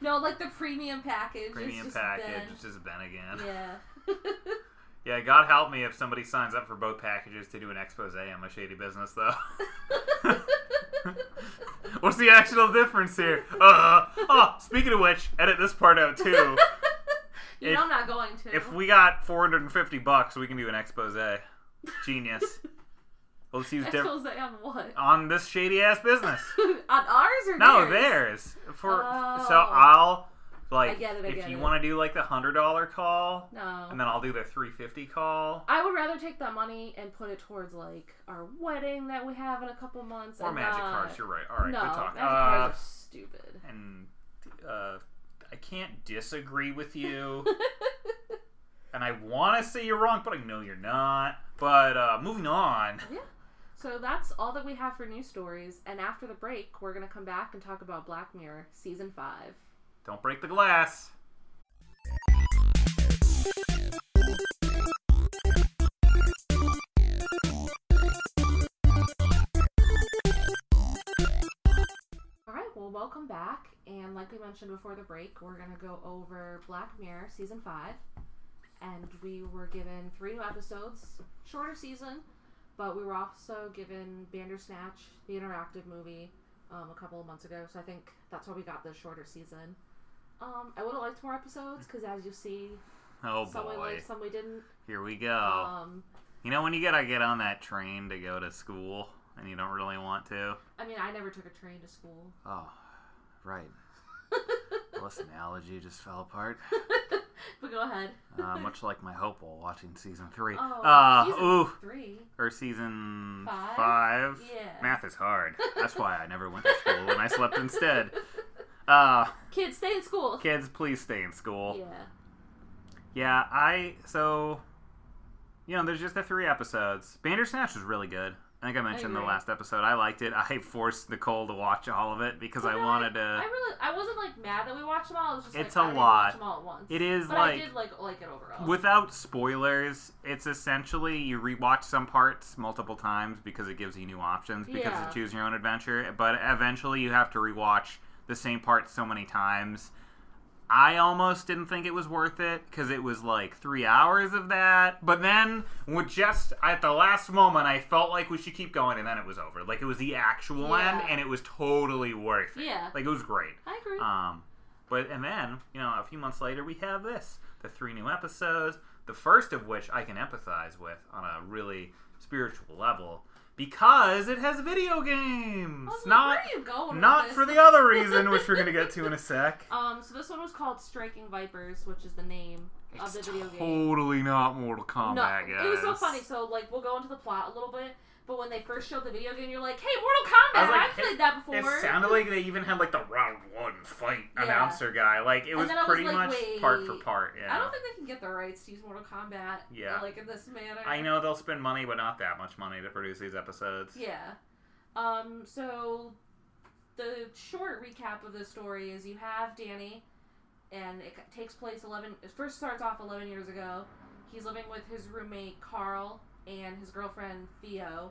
Speaker 2: no, like the premium package. is
Speaker 3: Premium
Speaker 2: just
Speaker 3: package.
Speaker 2: Ben.
Speaker 3: It's just Ben again.
Speaker 2: Yeah.
Speaker 3: Yeah, God help me if somebody signs up for both packages to do an expose on my shady business, though. What's the actual difference here? Uh, oh, speaking of which, edit this part out too.
Speaker 2: you
Speaker 3: If-
Speaker 2: know I'm not going to.
Speaker 3: If we got 450 bucks, we can do an expose. Genius. Well, Let's use different
Speaker 2: Expose on what?
Speaker 3: on this shady ass business.
Speaker 2: on ours or
Speaker 3: Oh. No,
Speaker 2: theirs?
Speaker 3: theirs. For so
Speaker 2: Oh.
Speaker 3: I'll like
Speaker 2: I get it, I
Speaker 3: if
Speaker 2: get
Speaker 3: you
Speaker 2: it.
Speaker 3: want to do like the hundred dollar call,
Speaker 2: No.
Speaker 3: and then I'll do the 350 call.
Speaker 2: I would rather take that money and put it towards like our wedding that we have in a couple months.
Speaker 3: Or
Speaker 2: and
Speaker 3: magic
Speaker 2: not-
Speaker 3: cards. You're right. All right,
Speaker 2: no,
Speaker 3: good talk.
Speaker 2: magic
Speaker 3: Uh,
Speaker 2: cards are stupid.
Speaker 3: and uh, I can't disagree with you. and I want to say you're wrong, but I know you're not. But uh, moving on.
Speaker 2: So that's all that we have for news stories. And after the break, we're gonna come back and talk about Black Mirror season five.
Speaker 3: Don't break the glass.
Speaker 2: All right, well, welcome back. And like we mentioned before the break, we're going to go over Black Mirror season five. And we were given three new episodes, shorter season, but we were also given Bandersnatch, the interactive movie, um, a couple of months ago. So I think that's why we got the shorter season. Um, I would have liked more episodes because, as you see,
Speaker 3: Oh
Speaker 2: some we
Speaker 3: boy, Oh.
Speaker 2: liked, some we didn't.
Speaker 3: here we go.
Speaker 2: Um,
Speaker 3: you know when you gotta get on that train to go to school, and you don't really want to.
Speaker 2: I mean, I never took a train to school.
Speaker 3: Oh, right. well, this analogy just fell apart.
Speaker 2: But go ahead.
Speaker 3: Uh, much like my hope while watching season three.
Speaker 2: Oh,
Speaker 3: uh,
Speaker 2: season
Speaker 3: ooh.
Speaker 2: three.
Speaker 3: or season
Speaker 2: Five?
Speaker 3: five.
Speaker 2: Yeah.
Speaker 3: Math is hard. That's why I never went to school and I slept instead. Uh,
Speaker 2: Kids, stay in school.
Speaker 3: kids, please stay in school.
Speaker 2: Yeah.
Speaker 3: Yeah, I so you know, there's just the three episodes. Bandersnatch was really good. I think I mentioned the
Speaker 2: agree.
Speaker 3: last episode. I liked it. I forced Nicole to watch all of it because I
Speaker 2: Well, no,
Speaker 3: wanted to.
Speaker 2: I really, I wasn't like mad that we watched them all. It was just
Speaker 3: It's
Speaker 2: like,
Speaker 3: a
Speaker 2: I didn't
Speaker 3: lot.
Speaker 2: Watch them all at once.
Speaker 3: It is,
Speaker 2: but
Speaker 3: like-
Speaker 2: I did like like it overall.
Speaker 3: Without spoilers, it's essentially you rewatch some parts multiple times because it gives you new options because
Speaker 2: Yeah.
Speaker 3: it's choose your own adventure, but eventually you have to rewatch the same part so many times. I almost didn't think it was worth it because it was like three hours of that. But then, with just at the last moment, I felt like we should keep going, and then it was over. Like it was the actual end,
Speaker 2: Yeah.
Speaker 3: and it was totally worth it.
Speaker 2: Yeah.
Speaker 3: like it was great.
Speaker 2: I agree.
Speaker 3: Um, but and then you know a few months later we have this the three new episodes. The first of which I can empathize with on a really spiritual level because it has video games,
Speaker 2: I was like,
Speaker 3: not
Speaker 2: where are you going? with
Speaker 3: not
Speaker 2: this?
Speaker 3: for the other reason which we're gonna get to in a sec.
Speaker 2: Um, so this one was called Striking Vipers, which is the name of the video game.
Speaker 3: totally not Mortal Kombat. guys.
Speaker 2: it was so funny. So like, we'll go into the plot a little bit. But when they first showed the video game, you're like, "Hey, Mortal Kombat!
Speaker 3: I
Speaker 2: I
Speaker 3: was like,
Speaker 2: have played that before."
Speaker 3: It sounded like they even had like the round one fight
Speaker 2: Yeah.
Speaker 3: announcer guy. Like it
Speaker 2: And
Speaker 3: was
Speaker 2: then I was
Speaker 3: pretty
Speaker 2: like,
Speaker 3: much
Speaker 2: wait.
Speaker 3: part for part. Yeah.
Speaker 2: I don't think they can get the rights to use Mortal Kombat.
Speaker 3: Yeah.
Speaker 2: Like in this manner.
Speaker 3: I know they'll spend money, but not that much money to produce these episodes.
Speaker 2: Yeah. Um, so the short recap of the story is you have Danny, and it takes place 11, it first starts off 11 years ago, He's living with his roommate Carl and his girlfriend Theo.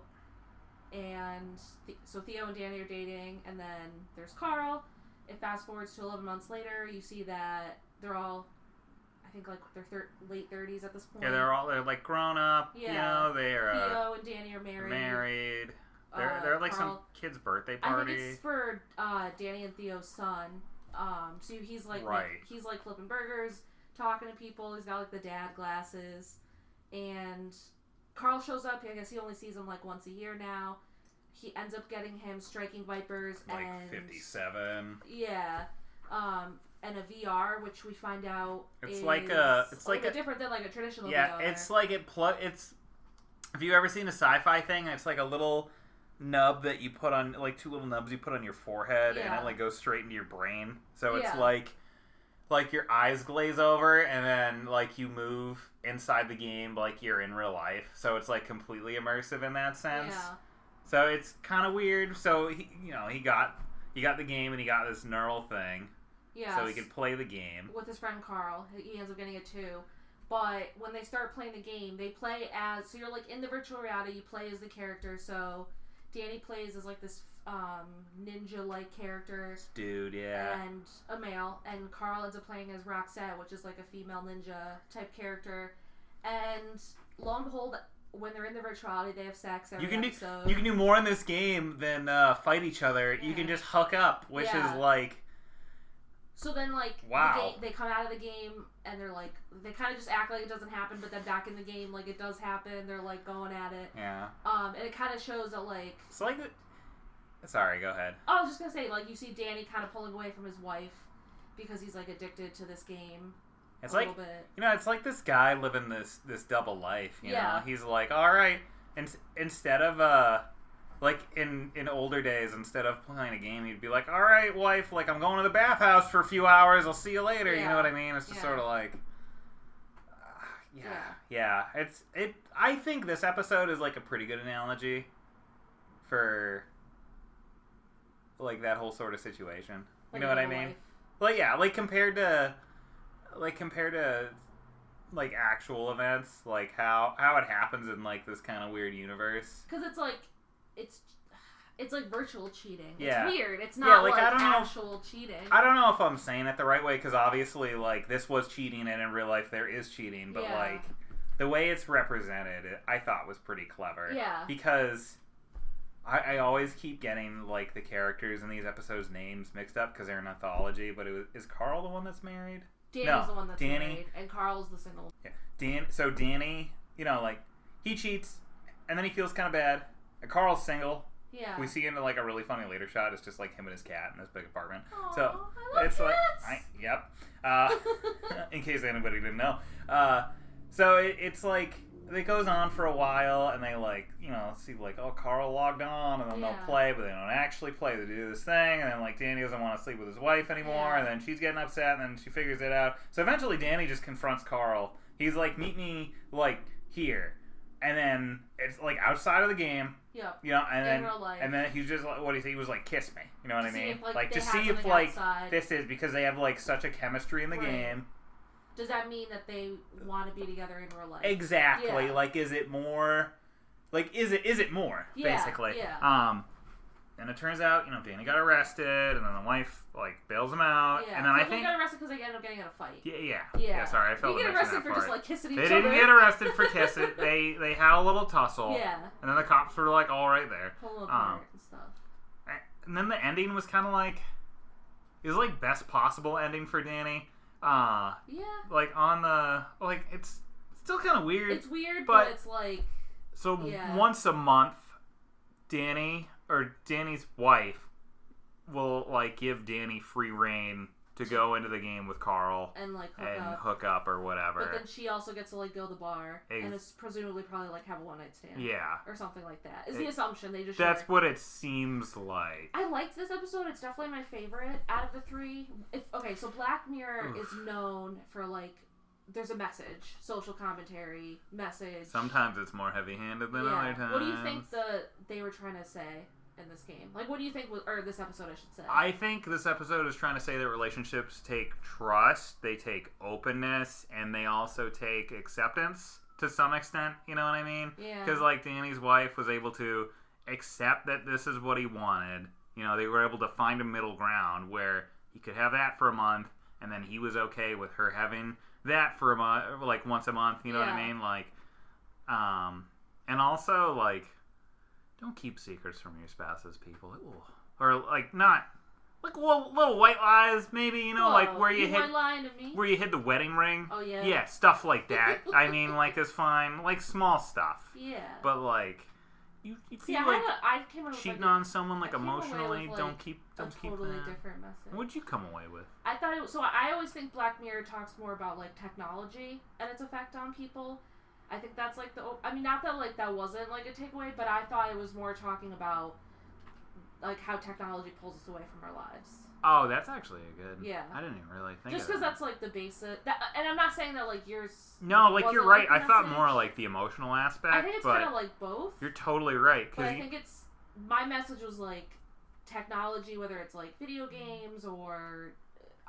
Speaker 2: And Th- so Theo and Danny are dating, and then there's Carl. It fast forwards to 11 months later. You see that they're all, I think, like their thir- late 30s at this point.
Speaker 3: Yeah, they're all they're like grown up. You
Speaker 2: Yeah.
Speaker 3: know, they're uh,
Speaker 2: Theo and Danny are
Speaker 3: they're
Speaker 2: married.
Speaker 3: married. They're
Speaker 2: Uh,
Speaker 3: they're like some
Speaker 2: Carl-
Speaker 3: kid's birthday
Speaker 2: I think
Speaker 3: party.
Speaker 2: it's for uh, Danny and Theo's son. Um, so he's like,
Speaker 3: Right.
Speaker 2: he's like flipping burgers, talking to people. He's got like the dad glasses, and Carl shows up. I guess he only sees him like once a year now. He ends up getting him striking vipers
Speaker 3: like
Speaker 2: and
Speaker 3: fifty seven.
Speaker 2: yeah, um, and a VR, which we find out
Speaker 3: It's
Speaker 2: is
Speaker 3: like a- it's
Speaker 2: a
Speaker 3: like
Speaker 2: little
Speaker 3: a-
Speaker 2: different than like a traditional.
Speaker 3: Yeah,
Speaker 2: VR.
Speaker 3: it's like it plu it's have you ever seen a sci fi thing? It's like a little nub that you put on like two little nubs you put on your forehead and
Speaker 2: Yeah.
Speaker 3: it like goes straight into your brain. So it's
Speaker 2: Yeah.
Speaker 3: like like your eyes glaze over and then like you move inside the game like you're in real life. So it's like completely immersive in that sense.
Speaker 2: yeah.
Speaker 3: So it's kind of weird. So he, you know, he got he got the game and he got this neural thing
Speaker 2: Yeah.
Speaker 3: so he could play the game.
Speaker 2: with his friend Carl. He ends up getting a two. But when they start playing the game, they play as so you're like in the virtual reality. You play as the character. So Danny plays as like this um, ninja-like character,
Speaker 3: Dude, yeah.
Speaker 2: and a male, and Carl ends up playing as Roxette, which is like a female ninja type character. And lo and behold, when they're in the virtual reality, they have sex every
Speaker 3: You can do
Speaker 2: episode.
Speaker 3: you can do more in this game than uh, fight each other. You can
Speaker 2: Yeah.
Speaker 3: just hook up, which
Speaker 2: Yeah.
Speaker 3: is like
Speaker 2: So then, like, the
Speaker 3: Wow.
Speaker 2: ga- they come out of the game and they're like, they kind of just act like it doesn't happen, but then back in the game, like, it does happen. They're like going at it.
Speaker 3: yeah.
Speaker 2: Um, and it kind of shows that, like, oh,
Speaker 3: It's like sorry, go ahead.
Speaker 2: I was just gonna say, like, you see Danny kind of pulling away from his wife because he's like addicted to this game.
Speaker 3: It's
Speaker 2: a
Speaker 3: like
Speaker 2: little bit.
Speaker 3: you know, it's like this guy living this this double life. You
Speaker 2: Yeah.
Speaker 3: know, he's like, all right, and instead of uh, like in in older days, instead of playing a game, he'd be like, all right, wife, like I'm going to the bathhouse for a few hours. I'll see you later. You
Speaker 2: Yeah.
Speaker 3: know what I mean? It's just
Speaker 2: Yeah.
Speaker 3: sort of like. ah, Yeah, yeah, it's it. I think this episode is like a pretty good analogy for like that whole sort of situation. You
Speaker 2: Like,
Speaker 3: know what I
Speaker 2: real
Speaker 3: mean?
Speaker 2: life.
Speaker 3: Well, yeah, like compared to, like compared to, like actual events, like how how it happens in like this kind of weird universe.
Speaker 2: Because it's like, it's it's like virtual cheating.
Speaker 3: Yeah.
Speaker 2: It's weird. It's
Speaker 3: Yeah,
Speaker 2: not
Speaker 3: like,
Speaker 2: like,
Speaker 3: I don't know if-
Speaker 2: actual cheating.
Speaker 3: I don't know if I'm saying it the right way because obviously, like this was cheating, and in real life there is cheating, but
Speaker 2: Yeah.
Speaker 3: like the way it's represented, it, I thought was pretty clever.
Speaker 2: Yeah.
Speaker 3: because. I, I always keep getting like the characters in these episodes' names mixed up because they're an anthology. But it was, is Carl the one that's married?
Speaker 2: Danny's
Speaker 3: no,
Speaker 2: the one that's
Speaker 3: Danny-
Speaker 2: married, and Carl's the single.
Speaker 3: Yeah. Dan. So Danny, you know, like he cheats, and then he feels kind of bad. And Carl's single.
Speaker 2: Yeah.
Speaker 3: We see in like a really funny later shot. It's just like him and his cat in this big apartment.
Speaker 2: Aw,
Speaker 3: so
Speaker 2: I love
Speaker 3: it's like, I,
Speaker 2: cats.
Speaker 3: yep. Uh, in case anybody didn't know, uh, so it, it's like it goes on for a while, and they like you know see like oh Carl logged on, and then
Speaker 2: Yeah.
Speaker 3: they'll play, but they don't actually play. They do this thing, and then like Danny doesn't want to sleep with his wife anymore,
Speaker 2: Yeah.
Speaker 3: and then she's getting upset, and then she figures it out. So eventually, Danny just confronts Carl. He's like, meet me like here, and then it's like outside of the game.
Speaker 2: yeah.
Speaker 3: You know, and
Speaker 2: In
Speaker 3: then
Speaker 2: real life.
Speaker 3: and then he's just like, what do you say? He was like, kiss me. You know what
Speaker 2: To
Speaker 3: I
Speaker 2: see
Speaker 3: mean?
Speaker 2: if, like, they
Speaker 3: just
Speaker 2: had
Speaker 3: see if
Speaker 2: something
Speaker 3: like
Speaker 2: outside.
Speaker 3: this is because they have like such a chemistry in the
Speaker 2: Right.
Speaker 3: game.
Speaker 2: Does that mean that they want to be together in real life?
Speaker 3: Exactly.
Speaker 2: Yeah.
Speaker 3: Like, is it more? Like, is it is it more?
Speaker 2: Yeah,
Speaker 3: basically.
Speaker 2: yeah.
Speaker 3: Um, and it turns out, you know, Danny got arrested, and then the wife like bails him out,
Speaker 2: yeah.
Speaker 3: and then
Speaker 2: So
Speaker 3: I
Speaker 2: they
Speaker 3: think,
Speaker 2: got arrested because they ended up getting in a fight.
Speaker 3: yeah, yeah,
Speaker 2: Yeah.
Speaker 3: Sorry, I felt
Speaker 2: You get
Speaker 3: like mentioning
Speaker 2: arrested
Speaker 3: that
Speaker 2: for
Speaker 3: part.
Speaker 2: just like kissing each
Speaker 3: they
Speaker 2: other.
Speaker 3: didn't get arrested for kissing. they they had a little tussle.
Speaker 2: yeah.
Speaker 3: And then the cops were like, all right there.
Speaker 2: Pull
Speaker 3: Um,
Speaker 2: apart and stuff.
Speaker 3: and then the ending was kind of like it was like best possible ending for Danny. Uh
Speaker 2: Yeah.
Speaker 3: like on the like it's still kind of weird.
Speaker 2: It's weird,
Speaker 3: but-
Speaker 2: but, it's like
Speaker 3: so
Speaker 2: yeah.
Speaker 3: once a month, Danny or Danny's wife will like give Danny free reign to go into the game with Carl
Speaker 2: and like hook
Speaker 3: and
Speaker 2: up.
Speaker 3: hook up or
Speaker 2: But then
Speaker 3: whatever.
Speaker 2: she also gets to like go to the bar
Speaker 3: Ex-
Speaker 2: and is presumably probably like have a one night stand
Speaker 3: yeah,
Speaker 2: or something like that. Is
Speaker 3: It-
Speaker 2: the assumption they just
Speaker 3: that's
Speaker 2: share.
Speaker 3: what it seems like.
Speaker 2: I liked this episode. It's definitely my favorite out of the three. If, okay, so Black Mirror
Speaker 3: Oof.
Speaker 2: is known for like there's a message, social commentary, message.
Speaker 3: Sometimes it's more heavy-handed than
Speaker 2: Yeah.
Speaker 3: other times.
Speaker 2: What do you think the they were trying to say? in this game? Like, what do you think? Was, or this episode, I should say.
Speaker 3: I think this episode is trying to say that relationships take trust, they take openness, and they also take acceptance to some extent. You know what I mean?
Speaker 2: Yeah.
Speaker 3: Because like Danny's wife was able to accept that this is what he wanted. You know, they were able to find a middle ground where he could have that for a month, and then he was okay with her having that for a month, like once a month. You know what I
Speaker 2: Yeah.
Speaker 3: mean? Like, um, and also like, don't keep secrets from your spouses, people. It will, or like not. Like little, little white lies, maybe you know, like
Speaker 2: Whoa,
Speaker 3: where you hit
Speaker 2: weren't lying to me.
Speaker 3: where you hid the wedding ring.
Speaker 2: Oh, yeah.
Speaker 3: Yeah, stuff like that. I mean, like it's fine, like small stuff.
Speaker 2: yeah.
Speaker 3: But like, you, you
Speaker 2: See,
Speaker 3: feel
Speaker 2: I
Speaker 3: like
Speaker 2: had a, I came away with
Speaker 3: cheating
Speaker 2: like,
Speaker 3: on someone like
Speaker 2: I came away with,
Speaker 3: emotionally.
Speaker 2: like,
Speaker 3: don't keep,
Speaker 2: a
Speaker 3: don't keep.
Speaker 2: totally
Speaker 3: that.
Speaker 2: different message.
Speaker 3: What'd you come away with?
Speaker 2: I thought it was so. I always think Black Mirror talks more about like technology and its effect on people. I think that's like the. I mean, not that like that wasn't like a takeaway, but I thought it was more talking about like how technology pulls us away from our lives.
Speaker 3: Oh, that's actually a good.
Speaker 2: Yeah.
Speaker 3: I didn't even really think.
Speaker 2: Just
Speaker 3: of
Speaker 2: because
Speaker 3: that.
Speaker 2: that's like the basic. That, and I'm not saying that like yours.
Speaker 3: No, like you're
Speaker 2: wasn't,
Speaker 3: right.
Speaker 2: like,
Speaker 3: I thought
Speaker 2: message.
Speaker 3: more like the emotional aspect,
Speaker 2: I think it's
Speaker 3: but
Speaker 2: kind of like both.
Speaker 3: you're totally right
Speaker 2: But
Speaker 3: because
Speaker 2: I think it's my message was like technology, whether it's like video games or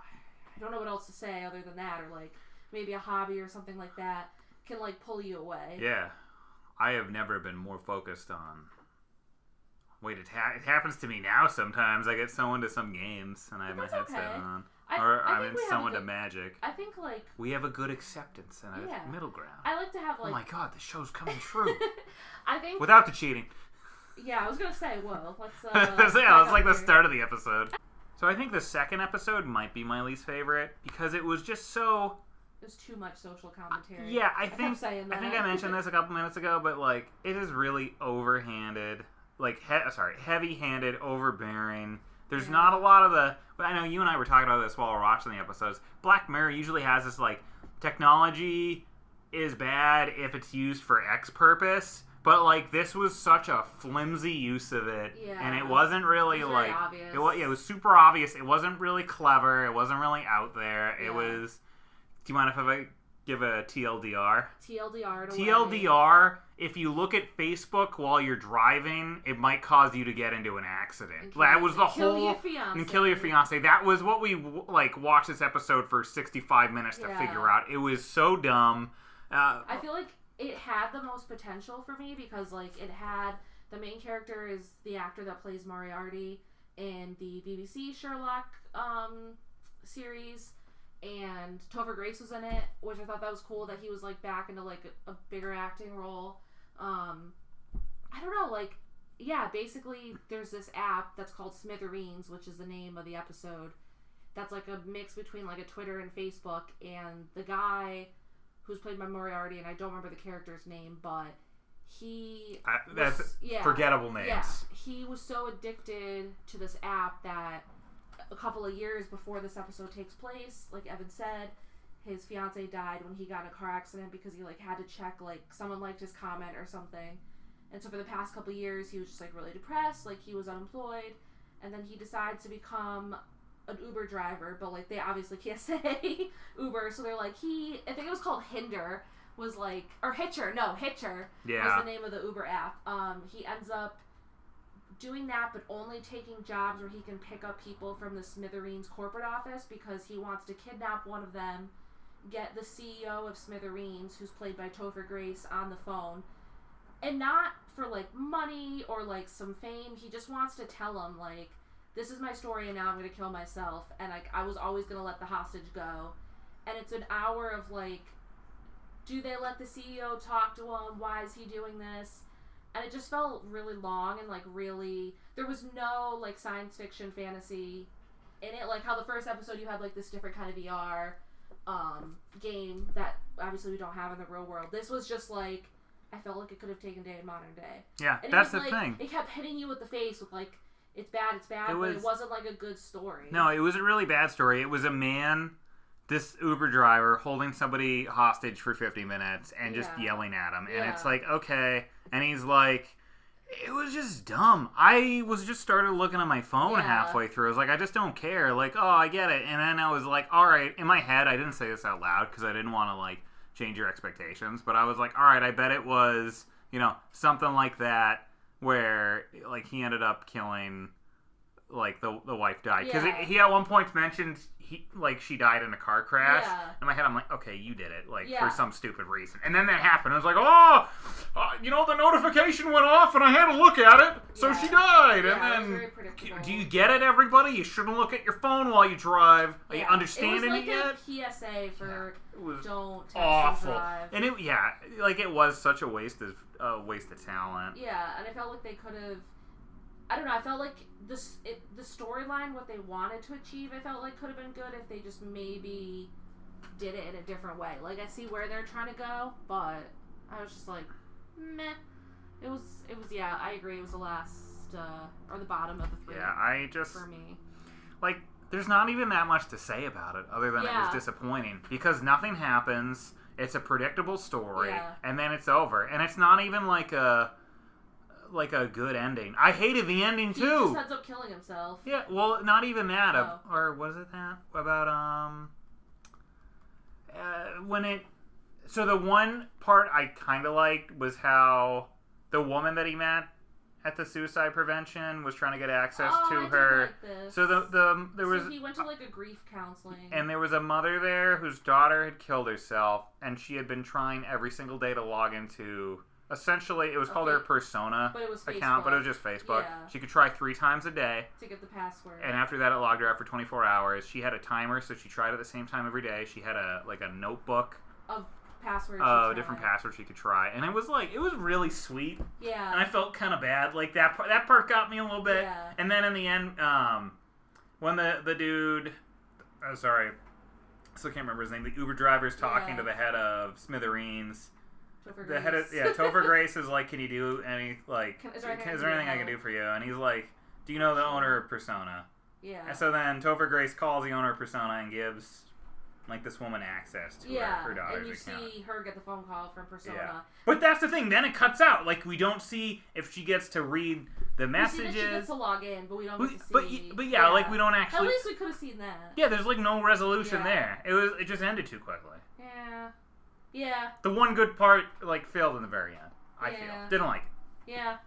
Speaker 2: I don't know what else to say other than that, or like maybe a hobby or something like that can like pull you away.
Speaker 3: Yeah. I have never been more focused on. Wait, it, ha- it happens to me now sometimes. I get so into some games and I have
Speaker 2: But
Speaker 3: my
Speaker 2: that's
Speaker 3: headset
Speaker 2: okay.
Speaker 3: on.
Speaker 2: I,
Speaker 3: or
Speaker 2: I
Speaker 3: I'm
Speaker 2: think
Speaker 3: in
Speaker 2: we have a
Speaker 3: so into
Speaker 2: good-
Speaker 3: magic.
Speaker 2: I think like
Speaker 3: We have a good acceptance and a
Speaker 2: Yeah.
Speaker 3: middle ground.
Speaker 2: I like to have
Speaker 3: oh my
Speaker 2: like
Speaker 3: god, the show's coming true.
Speaker 2: I think
Speaker 3: Without the cheating.
Speaker 2: yeah I was gonna say well let's uh,
Speaker 3: yeah,
Speaker 2: back
Speaker 3: that's
Speaker 2: up
Speaker 3: like the
Speaker 2: here.
Speaker 3: start of the episode. So I think the second episode might be my least favorite because it was just so
Speaker 2: There's too much social commentary.
Speaker 3: Yeah, I
Speaker 2: kept
Speaker 3: think
Speaker 2: saying
Speaker 3: I think
Speaker 2: that.
Speaker 3: I mentioned this a couple minutes ago, but like it is really overhanded, like he- sorry, heavy-handed, overbearing. There's
Speaker 2: Yeah.
Speaker 3: not a lot of the. But I know you and I were talking about this while we we're watching the episodes. Black Mirror usually has this like technology is bad if it's used for X purpose, but like this was such a flimsy use of it, and
Speaker 2: Yeah.
Speaker 3: it wasn't really
Speaker 2: It was very
Speaker 3: like
Speaker 2: obvious.
Speaker 3: it was. Yeah, it was super obvious. It wasn't really clever. It wasn't really out there. It
Speaker 2: Yeah.
Speaker 3: was. Do you mind if I give a TLDR?
Speaker 2: TLDR. to Lenny.
Speaker 3: TLDR, if you look at Facebook while you're driving, it might cause you to get into an
Speaker 2: And
Speaker 3: accident.
Speaker 2: kill-
Speaker 3: That was the
Speaker 2: and kill
Speaker 3: whole
Speaker 2: your fiancé.
Speaker 3: and kill your fiance. That was what we w- like watched this episode for 65 minutes to
Speaker 2: Yeah.
Speaker 3: figure out. It was so dumb. Uh,
Speaker 2: I feel like it had the most potential for me because like it had the main character is the actor that plays Moriarty in the BBC Sherlock um, series, and Topher Grace was in it, which I thought that was cool that he was like back into like a, a bigger acting role. Um, I don't know, like yeah, basically there's this app that's called Smithereens, which is the name of the episode. That's like a mix between like a Twitter and Facebook, and the guy who's played by Moriarty, and I don't remember the character's name, but he
Speaker 3: I, that's
Speaker 2: was- yeah.
Speaker 3: forgettable names.
Speaker 2: yeah, he was so addicted to this app that a couple of years before this episode takes place, like Evan said, his fiance died when he got in a car accident because he like had to check like someone liked his comment or something. And so for the past couple of years, he was just like really depressed, like he was unemployed, and then he decides to become an Uber driver, but like they obviously can't say Uber, so they're like he I think it was called Hinder was like or Hitcher, no, Hitcher
Speaker 3: Yeah.
Speaker 2: was the name of the Uber app. Um, he ends up doing that, but only taking jobs where he can pick up people from the Smithereens corporate office because he wants to kidnap one of them, get the CEO of Smithereens, who's played by Topher Grace, on the phone, and not for like money or like some fame. He just wants to tell him like. This is my story, and now I'm gonna kill myself. And like, I was always gonna let the hostage go. And it's an hour of like do they let the CEO talk to him? Why is he doing this? And it just felt really long and like really there was no like science fiction fantasy in it. Like how the first episode you had like this different kind of VR um, game that obviously we don't have in the real world. This was just like I felt like it could have taken day in modern day.
Speaker 3: Yeah,
Speaker 2: And it
Speaker 3: that's the
Speaker 2: was, like,
Speaker 3: thing.
Speaker 2: It kept hitting you with the face with like it's bad, it's bad,
Speaker 3: It
Speaker 2: but
Speaker 3: was-
Speaker 2: it wasn't like a good story.
Speaker 3: No, it was a really bad story. It was a man, this Uber driver, holding somebody hostage for 50 minutes and just
Speaker 2: Yeah.
Speaker 3: yelling at him. And it's
Speaker 2: Yeah.
Speaker 3: like, okay. And he's like, it was just dumb. I was just started looking at my phone
Speaker 2: Yeah.
Speaker 3: halfway through. I was like, I just don't care. Like, oh, I get it. And then I was like, all right. In my head, I didn't say this out loud because I didn't want to, like, change your expectations. But I was like, all right, I bet it was, you know, something like that. where like he ended up killing like the the wife died because
Speaker 2: Yeah.
Speaker 3: he at one point mentioned he like she died in a car crash.
Speaker 2: Yeah.
Speaker 3: In my head, I'm like, okay, you did it like
Speaker 2: Yeah.
Speaker 3: for some stupid reason, and then that happened. I was like, oh, uh, you know, the notification went off, and I had to look at it, so
Speaker 2: Yeah.
Speaker 3: she died,
Speaker 2: Yeah, it was
Speaker 3: and then.
Speaker 2: very predictable.
Speaker 3: Do you get it, everybody? You shouldn't look at your phone while you drive. Are you
Speaker 2: Yeah.
Speaker 3: understanding
Speaker 2: it was like
Speaker 3: it yet?
Speaker 2: a PSA for
Speaker 3: It was
Speaker 2: don't text and
Speaker 3: awful,
Speaker 2: drive.
Speaker 3: and it yeah, like it was such a waste of uh, waste of talent.
Speaker 2: Yeah, and I felt like they could have. I don't know. I felt like this it, the storyline, what they wanted to achieve, I felt like could have been good if they just maybe did it in a different way. Like I see where they're trying to go, but I was just like, meh. It was it was yeah. I agree. It was the last uh, or the bottom of the three
Speaker 3: Yeah, I just
Speaker 2: for me.
Speaker 3: like there's not even that much to say about it other than it
Speaker 2: Yeah.
Speaker 3: was disappointing because nothing happens it's a predictable story
Speaker 2: Yeah.
Speaker 3: and then it's over and it's not even like a like a good ending i hated the ending
Speaker 2: He just
Speaker 3: too
Speaker 2: ends up killing himself.
Speaker 3: yeah well not even that uh,
Speaker 2: Oh.
Speaker 3: or was it that about um uh, when it so the one part i kind of liked was how the woman that he met at the suicide prevention was trying to get access
Speaker 2: oh,
Speaker 3: to
Speaker 2: I did
Speaker 3: her
Speaker 2: like this.
Speaker 3: so the the there was
Speaker 2: so he went to like a grief counseling.
Speaker 3: and there was a mother there whose daughter had killed herself, and she had been trying every single day to log into. Essentially, it was called her
Speaker 2: Okay.
Speaker 3: persona
Speaker 2: but it was
Speaker 3: account, but it
Speaker 2: Facebook
Speaker 3: was just Facebook.
Speaker 2: Yeah.
Speaker 3: She could try three times a day,
Speaker 2: to get the password.
Speaker 3: and after that, it logged her out for 24 hours. She had a timer, so she tried at the same time every day. She had a like a notebook
Speaker 2: of passwords.
Speaker 3: of
Speaker 2: and
Speaker 3: Oh, different
Speaker 2: talent.
Speaker 3: passwords she could try, and it was like it was really sweet.
Speaker 2: Yeah.
Speaker 3: And I felt kind of bad. Like that part, that part got me a little bit.
Speaker 2: Yeah.
Speaker 3: And then in the end, um, when the the dude, oh, sorry, I still can't remember his name. The Uber driver's talking
Speaker 2: Yeah.
Speaker 3: to the head of Smithereens.
Speaker 2: Topher
Speaker 3: The head of
Speaker 2: Grace.
Speaker 3: yeah, Topher Grace is like, "Can you do any like?
Speaker 2: Can- is there anything I can do
Speaker 3: anything
Speaker 2: to
Speaker 3: I can do
Speaker 2: help?"
Speaker 3: for you?" And he's like, "Do you know the owner of Persona?"
Speaker 2: yeah.
Speaker 3: And so then Topher Grace calls the owner of Persona and gives like this woman access to her-
Speaker 2: yeah.
Speaker 3: her, daughter's
Speaker 2: and you
Speaker 3: account.
Speaker 2: see her get the phone call from Persona.
Speaker 3: Yeah. But that's the thing. Then it cuts out. Like we don't see if she gets to read the
Speaker 2: We see that she gets
Speaker 3: messages.
Speaker 2: to log in, but we don't.
Speaker 3: We-
Speaker 2: get to see.
Speaker 3: but y- but yeah, like we don't actually.
Speaker 2: At least we could have seen that.
Speaker 3: yeah, there's like no resolution
Speaker 2: Yeah.
Speaker 3: there. It was it just ended too quickly.
Speaker 2: Yeah. Yeah.
Speaker 3: The one good part like failed in the very end. I
Speaker 2: Yeah.
Speaker 3: feel didn't like it.
Speaker 2: Yeah.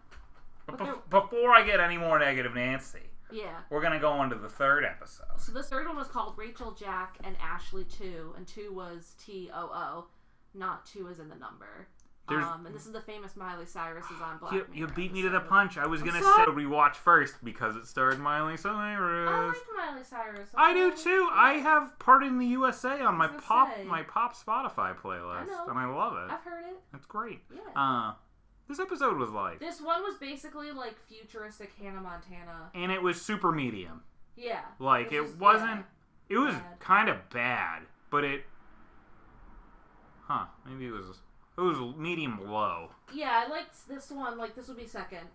Speaker 3: But
Speaker 2: But
Speaker 3: bef- before I get any more negative Nancy,
Speaker 2: Yeah.
Speaker 3: we're gonna go on to the third episode.
Speaker 2: So this third one was called Rachel, Jack, and Ashley Two, and two was T O O, not two is in the number.
Speaker 3: There's-
Speaker 2: um, and this is the famous Miley Cyrus is on Black
Speaker 3: You, you
Speaker 2: Mirror
Speaker 3: beat me to the
Speaker 2: episode.
Speaker 3: punch. I was
Speaker 2: I'm
Speaker 3: gonna say
Speaker 2: sorry.
Speaker 3: rewatch first because it starred Miley
Speaker 2: I
Speaker 3: Cyrus.
Speaker 2: like Miley Cyrus. Oh,
Speaker 3: I do
Speaker 2: okay?
Speaker 3: too. I have "Part in the USA" on my
Speaker 2: gonna
Speaker 3: pop
Speaker 2: say.
Speaker 3: my pop Spotify playlist,
Speaker 2: know.
Speaker 3: and I love it.
Speaker 2: I've heard it.
Speaker 3: That's great.
Speaker 2: Yeah.
Speaker 3: Uh, this episode was like,
Speaker 2: This one was basically like futuristic Hannah Montana.
Speaker 3: and it was super medium.
Speaker 2: Yeah.
Speaker 3: Like
Speaker 2: This
Speaker 3: it
Speaker 2: is-
Speaker 3: wasn't. It was
Speaker 2: Bad.
Speaker 3: kind of bad, but it. Huh? Maybe it was. It was medium low.
Speaker 2: Yeah. yeah, I liked this one. Like this would be second.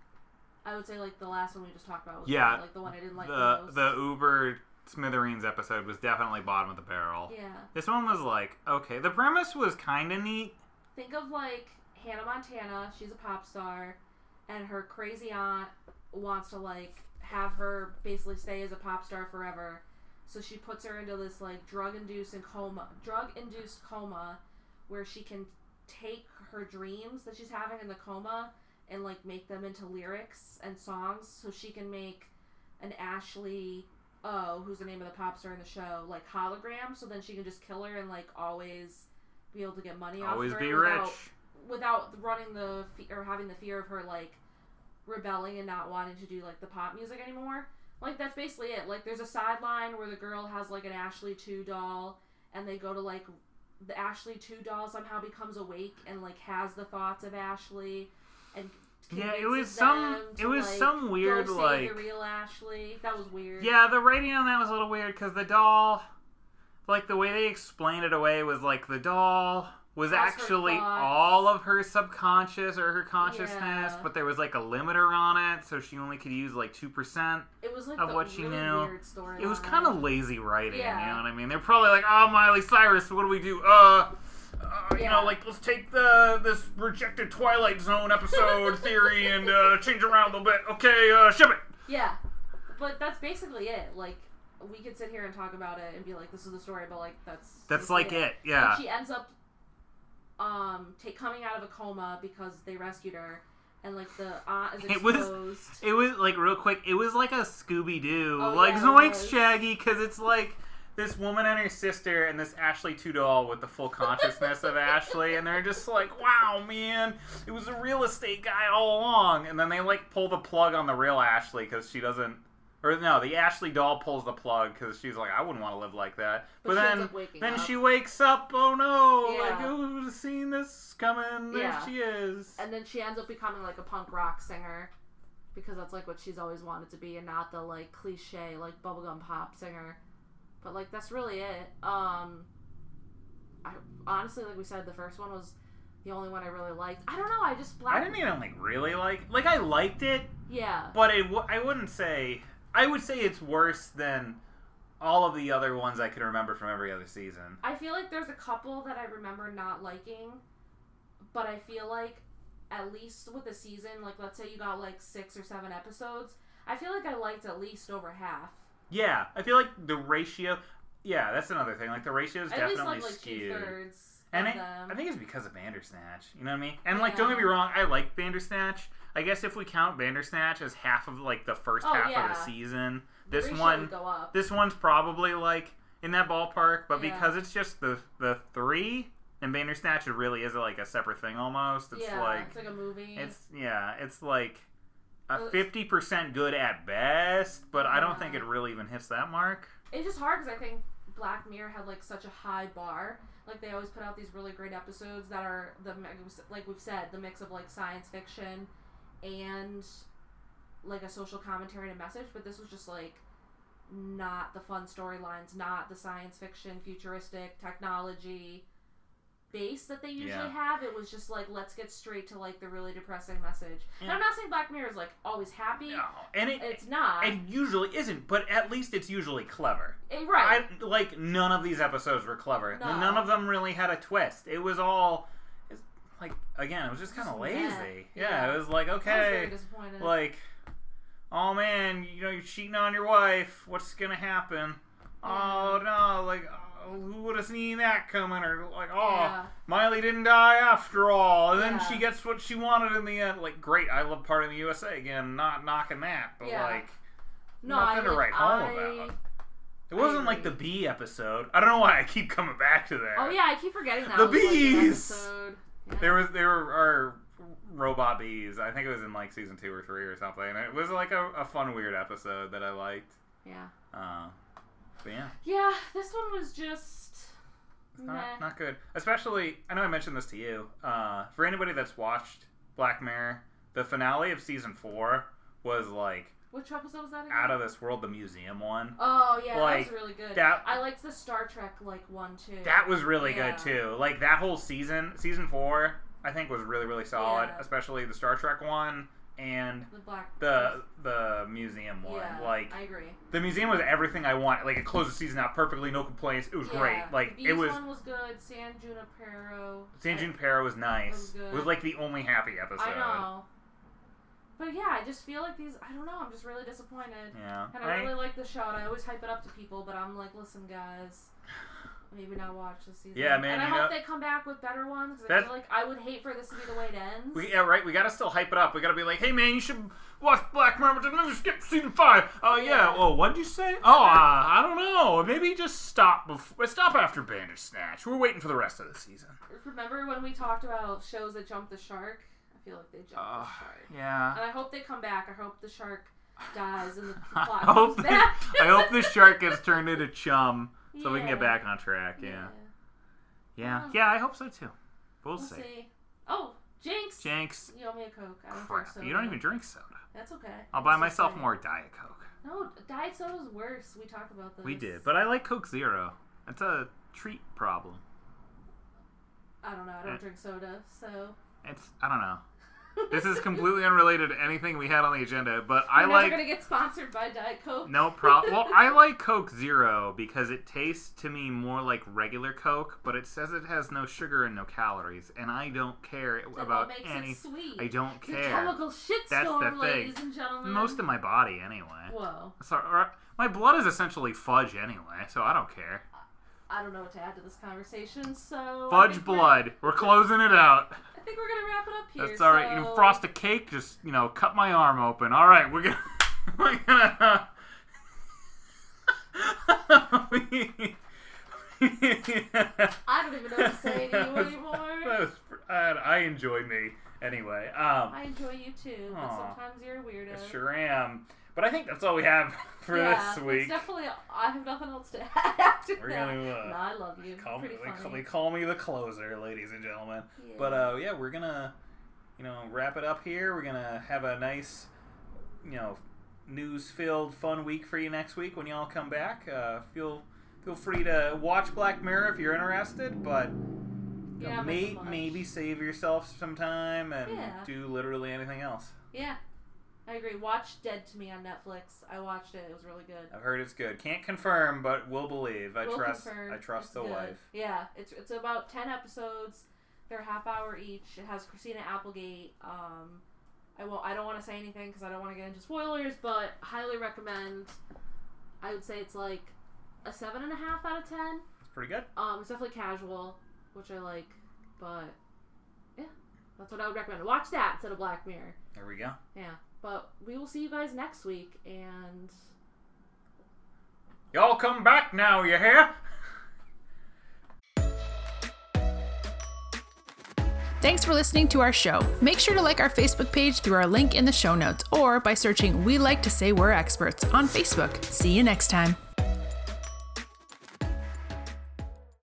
Speaker 2: I would say like the last one we just talked about was
Speaker 3: Yeah,
Speaker 2: like the one I didn't like
Speaker 3: the
Speaker 2: most.
Speaker 3: the Uber Smithereens episode was definitely bottom of the barrel.
Speaker 2: yeah.
Speaker 3: This one was like okay. The premise was kind of neat.
Speaker 2: Think of like Hannah Montana. She's a pop star, and her crazy aunt wants to like have her basically stay as a pop star forever. So she puts her into this like drug-induced and coma, drug-induced coma, where she can take her dreams that she's having in the coma and like make them into lyrics and songs. So she can make an Ashley O, who's the name of the pop star in the show, like hologram. So then she can just kill her and like always be able to get money. off
Speaker 3: Always
Speaker 2: her
Speaker 3: be
Speaker 2: without-
Speaker 3: rich.
Speaker 2: without running the fe- or having the fear of her like rebelling and not wanting to do like the pop music anymore. Like that's basically it. Like there's a sideline where the girl has like an Ashley Two doll, and they go to like the Ashley Two doll somehow becomes awake and like has the thoughts of Ashley, and
Speaker 3: Yeah, it
Speaker 2: convinces
Speaker 3: was some.
Speaker 2: them to,
Speaker 3: It was
Speaker 2: like,
Speaker 3: some weird
Speaker 2: go save
Speaker 3: like.
Speaker 2: the real Ashley. That was weird.
Speaker 3: Yeah, the rating on that was a little weird because the doll, like the way they explained it away was like the doll was
Speaker 2: That's her
Speaker 3: actually
Speaker 2: thoughts.
Speaker 3: all of her subconscious or her consciousness,
Speaker 2: Yeah.
Speaker 3: but there was like a limiter on it, so she only could use like two percent.
Speaker 2: it was like
Speaker 3: of
Speaker 2: the
Speaker 3: what she
Speaker 2: really
Speaker 3: knew.
Speaker 2: Weird story
Speaker 3: It was kind of lazy writing, you
Speaker 2: Uh-huh. Yeah.
Speaker 3: know what I mean? They're probably like, "Oh, Miley Cyrus, what do we do? Uh." Uh, You
Speaker 2: Yeah.
Speaker 3: know, like let's take the this rejected Twilight Zone episode theory and uh, change around a little bit. Okay, uh, ship it.
Speaker 2: Yeah, but that's basically it. Like we could sit here and talk about it and be like, "This is the story," but like that's
Speaker 3: That's like it. Yeah.
Speaker 2: And she ends up um take coming out of a coma because they rescued her, and like the aunt is
Speaker 3: It was-
Speaker 2: exposed.
Speaker 3: It was like real quick. It was like a Scooby Doo,
Speaker 2: Oh,
Speaker 3: like
Speaker 2: yeah, it
Speaker 3: Zoinks
Speaker 2: was.
Speaker 3: Shaggy, because it's like this woman and her sister and this Ashley Tudor with the full consciousness of Ashley, and they're just like, "Wow, man, it was a real estate guy all along." And then they like pull the plug on the real Ashley because she doesn't. Or no, the Ashley doll pulls the plug because she's like, I wouldn't want to live like that.
Speaker 2: But
Speaker 3: But,
Speaker 2: she ends
Speaker 3: then,
Speaker 2: up waking
Speaker 3: then
Speaker 2: up.
Speaker 3: she wakes up. Oh no!
Speaker 2: Yeah.
Speaker 3: Like who would have seen this coming? There
Speaker 2: Yeah.
Speaker 3: she is.
Speaker 2: and then she ends up becoming like a punk rock singer because that's like what she's always wanted to be and not the like cliche like bubblegum pop singer but like that's really it um i honestly like we said the first one was the only one i really liked i don't know i just black
Speaker 3: I didn't even like really like. Like I liked it,
Speaker 2: yeah
Speaker 3: But it, w- I wouldn't say. I would say it's worse than all of the other ones I can remember from every other season.
Speaker 2: i feel like there's a couple that i remember not liking but i feel like at least with the season like let's say you got like six or seven episodes i feel like i liked at least over half
Speaker 3: Yeah, I feel like the ratio. Yeah, that's another thing. Like the ratio is
Speaker 2: at least
Speaker 3: definitely
Speaker 2: like, like two
Speaker 3: skewed.
Speaker 2: thirds
Speaker 3: and
Speaker 2: of
Speaker 3: it,
Speaker 2: them.
Speaker 3: I think it's because of Bandersnatch. You know what I mean? And like, don't get me
Speaker 2: Yeah.
Speaker 3: wrong, I like Bandersnatch. I guess if we count Bandersnatch as half of like the first
Speaker 2: Oh,
Speaker 3: half of
Speaker 2: yeah.
Speaker 3: the season, this
Speaker 2: Ratio
Speaker 3: one
Speaker 2: would go up.
Speaker 3: this one's probably like in that ballpark, but
Speaker 2: Yeah.
Speaker 3: because it's just the the three and Bandersnatch, it really is like a separate thing almost. It's
Speaker 2: yeah,
Speaker 3: like
Speaker 2: it's like a movie.
Speaker 3: It's yeah, it's like a
Speaker 2: Well, it's-
Speaker 3: fifty percent good at best, but I don't think
Speaker 2: Yeah.
Speaker 3: it really even hits that mark.
Speaker 2: it's just hard because I think Black Mirror had like such a high bar. Like they always put out these really great episodes that are the mi- like we've said the mix of like science fiction and like a social commentary and a message. But this was just like not the fun storylines, not the science fiction, futuristic technology base that they usually
Speaker 3: Yeah.
Speaker 2: have. It was just like let's get straight to like the really depressing message. And
Speaker 3: Yeah.
Speaker 2: I'm not saying Black Mirror is like always happy.
Speaker 3: No, and it
Speaker 2: It's not.
Speaker 3: it usually isn't, but at least it's usually clever.
Speaker 2: Eh, right.
Speaker 3: I like none of these episodes were clever.
Speaker 2: No.
Speaker 3: None of them really had a twist. It was all it's, like again, it was just kind of
Speaker 2: Just
Speaker 3: lazy.
Speaker 2: meh.
Speaker 3: Yeah,
Speaker 2: Yeah.
Speaker 3: it was like
Speaker 2: I was very
Speaker 3: okay,
Speaker 2: disappointed.
Speaker 3: like oh man, you know you're cheating on your wife. What's gonna happen? Oh no, like oh, who would have seen that coming? Or like oh.
Speaker 2: Yeah.
Speaker 3: Miley didn't die after all, and then
Speaker 2: Yeah.
Speaker 3: she gets what she wanted in the end. Like, great, I love Part of the USA again. Not knocking that, but
Speaker 2: Yeah.
Speaker 3: like,
Speaker 2: no,
Speaker 3: nothing
Speaker 2: I,
Speaker 3: to
Speaker 2: like,
Speaker 3: write home
Speaker 2: I-
Speaker 3: about. it wasn't like the bee episode. I don't know why I keep coming back to that.
Speaker 2: Oh yeah, I keep forgetting that.
Speaker 3: The
Speaker 2: was, like, an
Speaker 3: bees!
Speaker 2: episode. Yeah.
Speaker 3: there was there are robot bees. I think it was in like season two or three or something. It was like a, a fun weird episode that I liked.
Speaker 2: yeah.
Speaker 3: Uh, but yeah.
Speaker 2: Yeah, this one was just.
Speaker 3: It's
Speaker 2: meh.
Speaker 3: not, not good. Especially, I know I mentioned this to you. Uh, for anybody that's watched Black Mirror, the finale of season four was like
Speaker 2: Which episode was that again?
Speaker 3: out of this world, the museum one.
Speaker 2: Mm-hmm. Oh yeah,
Speaker 3: like,
Speaker 2: that was really good.
Speaker 3: that-
Speaker 2: I liked the Star Trek like one too.
Speaker 3: That was really
Speaker 2: Yeah.
Speaker 3: good too. Like that whole season, season four, I think was really really solid.
Speaker 2: Yeah.
Speaker 3: Especially the Star Trek one and
Speaker 2: the black.
Speaker 3: the the museum one.
Speaker 2: yeah,
Speaker 3: Like
Speaker 2: I agree.
Speaker 3: the museum was everything I want. Like it closed the season out perfectly, no complaints. It was
Speaker 2: Yeah,
Speaker 3: great. Like
Speaker 2: the
Speaker 3: it
Speaker 2: Bees
Speaker 3: was.
Speaker 2: One was good. San Junipero.
Speaker 3: San
Speaker 2: I-
Speaker 3: Junipero was nice.
Speaker 2: was good.
Speaker 3: was like the only happy episode.
Speaker 2: I know. But yeah, I just feel like these. I don't know. I'm just really disappointed.
Speaker 3: Yeah.
Speaker 2: And I really like the show, and I always hype it up to people, but I'm like, listen, guys, maybe not watch this season.
Speaker 3: Yeah, man,
Speaker 2: And I
Speaker 3: you
Speaker 2: hope
Speaker 3: know-
Speaker 2: they come back with better ones, because I
Speaker 3: That's-
Speaker 2: feel like I would hate for this to be the way it ends.
Speaker 3: We, yeah, right. We gotta still hype it up. We gotta be like, hey man, you should watch Black Mirror. But then skip season five. Oh yeah.
Speaker 2: Yeah.
Speaker 3: Oh, what'd you say? Oh, uh, I don't know. Maybe just stop before stop after Bandersnatch. We're waiting for the rest of the season.
Speaker 2: Remember when we talked about shows that jump the shark? I feel like they jumped
Speaker 3: Uh,
Speaker 2: the shark.
Speaker 3: yeah.
Speaker 2: And I hope they come back. I hope the shark dies and the
Speaker 3: I
Speaker 2: plot comes
Speaker 3: hope this,
Speaker 2: back.
Speaker 3: I hope this shark gets turned into chum, so we can
Speaker 2: Yeah.
Speaker 3: get back on track. Yeah. Yeah.
Speaker 2: Yeah.
Speaker 3: Yeah. I hope so too. We'll,
Speaker 2: We'll
Speaker 3: see.
Speaker 2: see. Oh, Jinx.
Speaker 3: Jinx.
Speaker 2: You owe me a Coke. I don't
Speaker 3: Crap.
Speaker 2: drink soda.
Speaker 3: You don't even drink soda.
Speaker 2: That's okay.
Speaker 3: I'll
Speaker 2: I'm
Speaker 3: buy
Speaker 2: so
Speaker 3: myself
Speaker 2: sorry.
Speaker 3: more Diet Coke.
Speaker 2: No, diet soda's worse. We talked about this.
Speaker 3: We did, but I like Coke Zero. That's a treat problem.
Speaker 2: I don't know. I
Speaker 3: Eh.
Speaker 2: don't drink soda, so
Speaker 3: It's I don't know. This is completely unrelated to anything we had on the agenda, but I
Speaker 2: We're
Speaker 3: like
Speaker 2: never gonna get sponsored by Diet Coke.
Speaker 3: no problem. Well, I like Coke Zero because it tastes to me more like regular Coke, but it says it has no sugar and no calories, and I don't care
Speaker 2: Then what
Speaker 3: about
Speaker 2: makes
Speaker 3: any.
Speaker 2: it sweet.
Speaker 3: I don't
Speaker 2: It's a
Speaker 3: care.
Speaker 2: chemical
Speaker 3: That's the
Speaker 2: shitstorm,
Speaker 3: thing.
Speaker 2: ladies and gentlemen.
Speaker 3: Most of my body, anyway.
Speaker 2: whoa.
Speaker 3: So, or, my blood is essentially fudge anyway, so I don't care.
Speaker 2: I don't know what to add to this conversation, so. Oh, I
Speaker 3: Fudge
Speaker 2: think we're-
Speaker 3: blood. We're closing it out.
Speaker 2: I think we're gonna wrap it up here.
Speaker 3: That's all right. You
Speaker 2: so-
Speaker 3: can frost a cake. Just you know, cut my arm open. All right, we're gonna. We're gonna.
Speaker 2: I don't even know what to say to you
Speaker 3: That
Speaker 2: anymore.
Speaker 3: was, I, I enjoy me anyway. Um,
Speaker 2: I enjoy you too, but
Speaker 3: Aw.
Speaker 2: sometimes you're a weirdo.
Speaker 3: I sure am. But I think that's all we have for
Speaker 2: yeah,
Speaker 3: this
Speaker 2: it's
Speaker 3: week.
Speaker 2: definitely. I have nothing else to add after
Speaker 3: We're
Speaker 2: that.
Speaker 3: gonna, uh,
Speaker 2: no, I love you.
Speaker 3: Call me,
Speaker 2: Pretty
Speaker 3: they, call,
Speaker 2: funny.
Speaker 3: they call me the closer, ladies and gentlemen.
Speaker 2: Yeah.
Speaker 3: But uh, yeah, we're gonna, you know, wrap it up here. We're gonna have a nice, you know, news-filled, fun week for you next week when y'all come back. Uh, feel feel free to watch Black Mirror if you're interested, but you know,
Speaker 2: Yeah,
Speaker 3: may-
Speaker 2: not so much.
Speaker 3: maybe save yourself some time and
Speaker 2: Yeah.
Speaker 3: do literally anything else.
Speaker 2: Yeah, I agree. Watch Dead to Me on Netflix. I watched it. It was really good.
Speaker 3: I've heard it's good. Can't confirm, but will believe. I
Speaker 2: Will
Speaker 3: trust.
Speaker 2: confirm.
Speaker 3: I trust
Speaker 2: It's
Speaker 3: the
Speaker 2: good.
Speaker 3: wife.
Speaker 2: Yeah, it's it's about ten episodes. They're half hour each. It has Christina Applegate. Um, I won't. I don't want to say anything because I don't want to get into spoilers. But highly recommend. I would say it's like a seven and a half out of ten.
Speaker 3: It's pretty good.
Speaker 2: Um, it's definitely casual, which I like. But yeah, that's what I would recommend. Watch that instead of Black Mirror.
Speaker 3: There we go.
Speaker 2: Yeah, but we will see you guys next week. And
Speaker 3: Y'all come back now. You hear?
Speaker 1: Thanks for listening to our show. Make sure to like our Facebook page through our link in the show notes or by searching We Like to Say We're Experts on Facebook. See you next time.